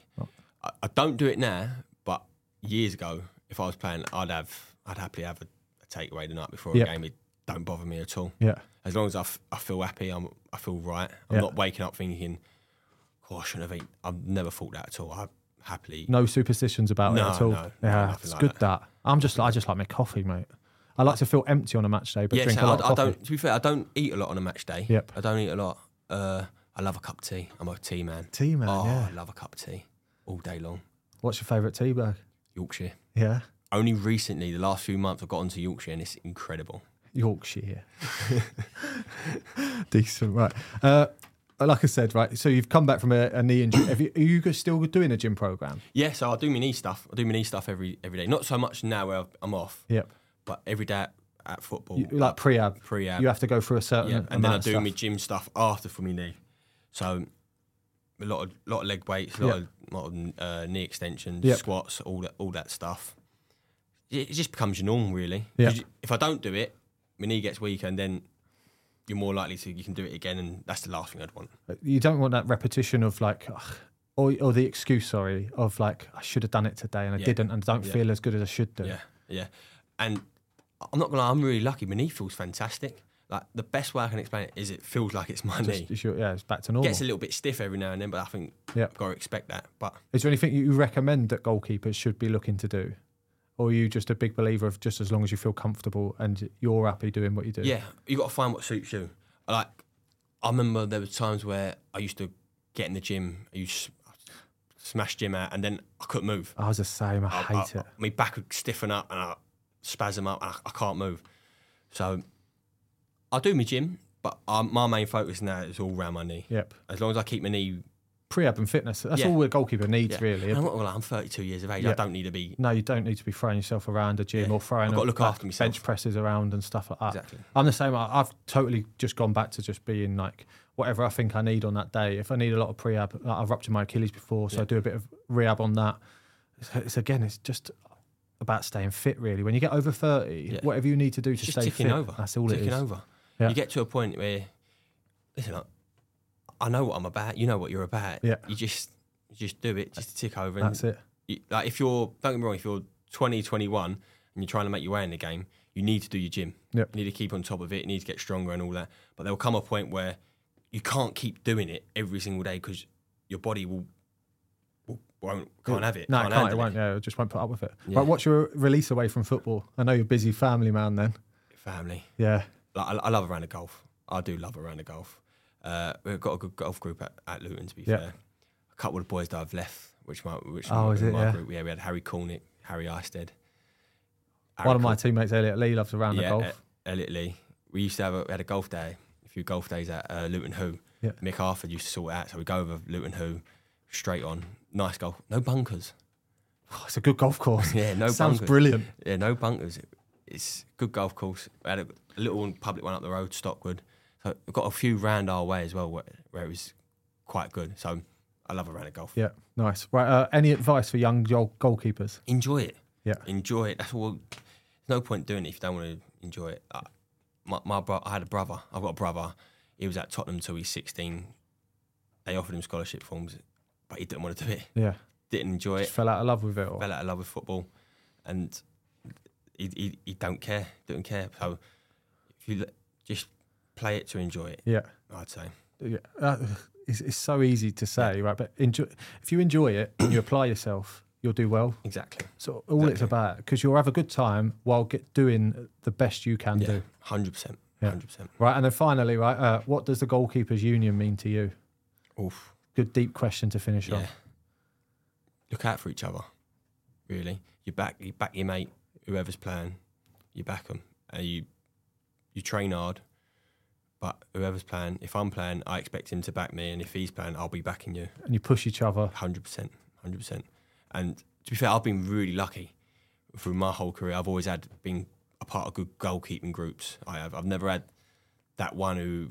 S3: I, I don't do it now, but years ago, if I was playing, I'd have. I'd happily have a, a takeaway the night before
S2: Yep.
S3: a game. It don't bother me at all.
S2: Yeah.
S3: as long as I, f- I feel happy, I'm, I feel right. I'm
S2: Yeah.
S3: not waking up thinking, oh, I shouldn't have eaten. I've never thought that at all. I happily.
S2: No superstitions about
S3: No,
S2: it at all.
S3: no, no,
S2: yeah,
S3: nothing
S2: it's
S3: like
S2: good
S3: that.
S2: that. I'm just I just like my coffee, mate. I like to feel empty on a match day, but
S3: yeah,
S2: drink
S3: so
S2: a lot of
S3: I, I
S2: coffee.
S3: don't. To be fair, I don't eat a lot on a match day.
S2: Yep.
S3: I don't eat a lot. Uh, I love a cup of tea. I'm a tea man.
S2: Tea man,
S3: Oh,
S2: yeah.
S3: I love a cup of tea all day long.
S2: What's your favourite tea bag?
S3: Yorkshire.
S2: Yeah.
S3: Only recently, the last few months, I've got onto Yorkshire and it's incredible.
S2: Yorkshire. Decent, right? Uh, like I said, right. So you've come back from a, a knee injury. Have you, are you g- still doing a gym program?
S3: Yeah, so I do my knee stuff. I do my knee stuff every every day. Not so much now where I'm off,
S2: Yep.
S3: but every day at, at football.
S2: You, like prehab.
S3: Prehab.
S2: You have to go through a certain.
S3: Oh. Yeah, and then I
S2: amount
S3: do
S2: of
S3: my
S2: stuff.
S3: gym stuff after for my knee. So a lot of lot of leg weights, a lot
S2: Yeah.
S3: of, lot of uh, knee extensions,
S2: Yep.
S3: squats, all that all that stuff. It it just becomes your norm, really.
S2: Yeah.
S3: 'Cause you- If I don't do it, my knee gets weaker, and then you're more likely to you can do it again, and that's the last thing I'd want.
S2: You don't want that repetition of like, ugh, or or the excuse, sorry, of like I should have done it today and I
S3: Yeah.
S2: didn't and don't
S3: Yeah.
S2: feel as good as I should do.
S3: Yeah, yeah. And I'm not gonna. lie, I'm really lucky. My knee feels fantastic. Like the best way I can explain it is, it feels like it's my
S2: Just-
S3: knee.
S2: it's your- yeah, it's back to normal.
S3: Gets a little bit stiff every now and then, but I think
S2: Yeah.
S3: I've got to expect that. But
S2: Is there anything you recommend that goalkeepers should be looking to do? Or are you just a big believer of just as long as you feel comfortable and you're happy doing what you do?
S3: Yeah, you got to find what suits you. Like, I remember there were times where I used to get in the gym, I used to s- smash gym out, and then I couldn't move.
S2: I was the same. I
S3: I-
S2: hate
S3: I-
S2: it.
S3: My back would stiffen up and I spasm up, and I, I can't move. So I do my gym, but um, my main focus now is all around my knee.
S2: Yep.
S3: As long as I keep my knee.
S2: Prehab and fitness. That's
S3: Yeah.
S2: all a goalkeeper needs,
S3: Yeah.
S2: really.
S3: And I'm, not gonna lie, I'm 32 years of age. I
S2: Yeah.
S3: don't need to be.
S2: No, you don't need to be throwing yourself around a gym or throwing
S3: I've got to
S2: a-
S3: look
S2: like,
S3: after myself.
S2: bench presses around and stuff like that.
S3: Exactly.
S2: I'm the same. I, I've totally just gone back to just being like whatever I think I need on that day. If I need a lot of prehab, like, I've ruptured my Achilles before, so I do a bit of rehab on that. It's, it's again, it's just about staying fit, really. When you get over 30,
S3: Yeah.
S2: whatever you need to do to
S3: It's just
S2: stay
S3: ticking
S2: fit,
S3: over.
S2: that's all
S3: ticking
S2: it is.
S3: over.
S2: Yeah.
S3: You get to a point where, listen, I, I know what I'm about. You know what you're about.
S2: Yeah.
S3: You just you just do it, just to tick over. And
S2: That's it.
S3: You, like if you're don't get me wrong, if you're 20, 21, and you're trying to make your way in the game, you need to do your gym.
S2: Yep.
S3: You need to keep on top of it. You need to get stronger and all that. But there'll come a point where you can't keep doing it every single day because your body will, will won't can't have it.
S2: No, it can't. It
S3: handle
S2: won't. Yeah, it just won't put up with it.
S3: Yeah.
S2: Right, what's your release away from football? I know you're a busy family man then.
S3: Family.
S2: Yeah.
S3: Like, I, I love a round of golf. I do love a round of golf. Uh, we've got a good golf group at, at Luton, to be
S2: Yeah.
S3: fair. A couple of boys that I've left, which my which
S2: Oh,
S3: my,
S2: is it?
S3: my
S2: Yeah.
S3: group, yeah, we had Harry Cornick, Harry Isted.
S2: One of my teammates, Elliot Lee, loves a round of
S3: uh,
S2: golf.
S3: E-, Elliot Lee. We used to have a, we had a golf day, a few golf days at uh, Luton Who.
S2: Yeah.
S3: Mick Arthur used to sort it out, so we go over Luton Who, straight on, nice golf, no bunkers.
S2: Oh, it's a good golf course.
S3: Yeah, no
S2: Sounds
S3: bunkers.
S2: brilliant.
S3: Yeah, no bunkers. It's a good golf course. We had a little one, public one up the road, Stockwood. So we've got a few round our way as well, where, where it was quite good. So I love a round of golf.
S2: Yeah, nice. Right. Uh, any advice for young goal- goalkeepers?
S3: Enjoy it.
S2: Yeah.
S3: Enjoy it. That's all. There's no point doing it if you don't want to enjoy it. Uh, my my bro, I had a brother. I've got a brother. He was at Tottenham till he's 16. They offered him scholarship forms, but he didn't want to do it.
S2: Yeah.
S3: Didn't enjoy it.
S2: Just fell out of love with it. Or,
S3: fell out of love with football, and he he, he don't care, don't care. So if you l- just play it to enjoy it,
S2: yeah.
S3: I'd say.
S2: yeah. Uh, it's, it's so easy to say, right? But enjoy, if you enjoy it and you apply yourself, you'll do well.
S3: Exactly.
S2: So all it's
S3: Exactly.
S2: about, because you'll have a good time while get doing the best you can
S3: Yeah,
S2: do.
S3: hundred percent,
S2: Yeah.
S3: hundred percent.
S2: Right. And then finally, right, uh, what does the goalkeepers union mean to you?
S3: Oof.
S2: Good deep question to finish on.
S3: Yeah. Look out for each other. Really, you back you back your mate, whoever's playing, you back them, and you you train hard. But whoever's playing, if I'm playing, I expect him to back me, and if he's playing, I'll be backing you.
S2: And you push each other.
S3: Hundred percent, hundred percent. And to be fair, I've been really lucky through my whole career. I've always had been a part of good goalkeeping groups. I have. I've never had that one who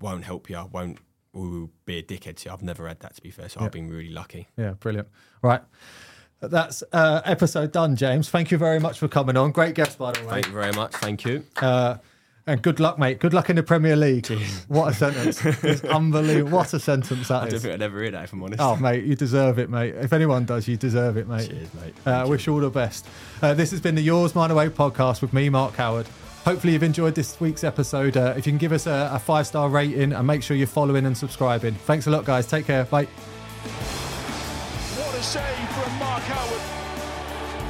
S3: won't help you, won't who will be a dickhead to you. I've never had that. To be fair, so
S2: Yeah.
S3: I've been really lucky.
S2: Yeah, brilliant. Right. That's uh, episode done, James. Thank you very much for coming on. Great guest, by the way.
S3: Thank you very much. Thank you.
S2: Uh, and good luck, mate. Good luck in the Premier League. What a sentence. It's unbelievable. What a sentence
S3: I
S2: that
S3: don't
S2: is.
S3: think I'd ever hear that if I'm honest.
S2: Oh, mate, you deserve it, mate. If anyone does, you deserve it, mate.
S3: Cheers, mate.
S2: Uh, wish you all the best. Uh, this has been the Yours Mine Away podcast with me, Mark Howard. Hopefully, you've enjoyed this week's episode. Uh, if you can give us a, a five star rating and make sure you're following and subscribing. Thanks a lot, guys. Take care. Bye.
S4: What a save from Mark Howard.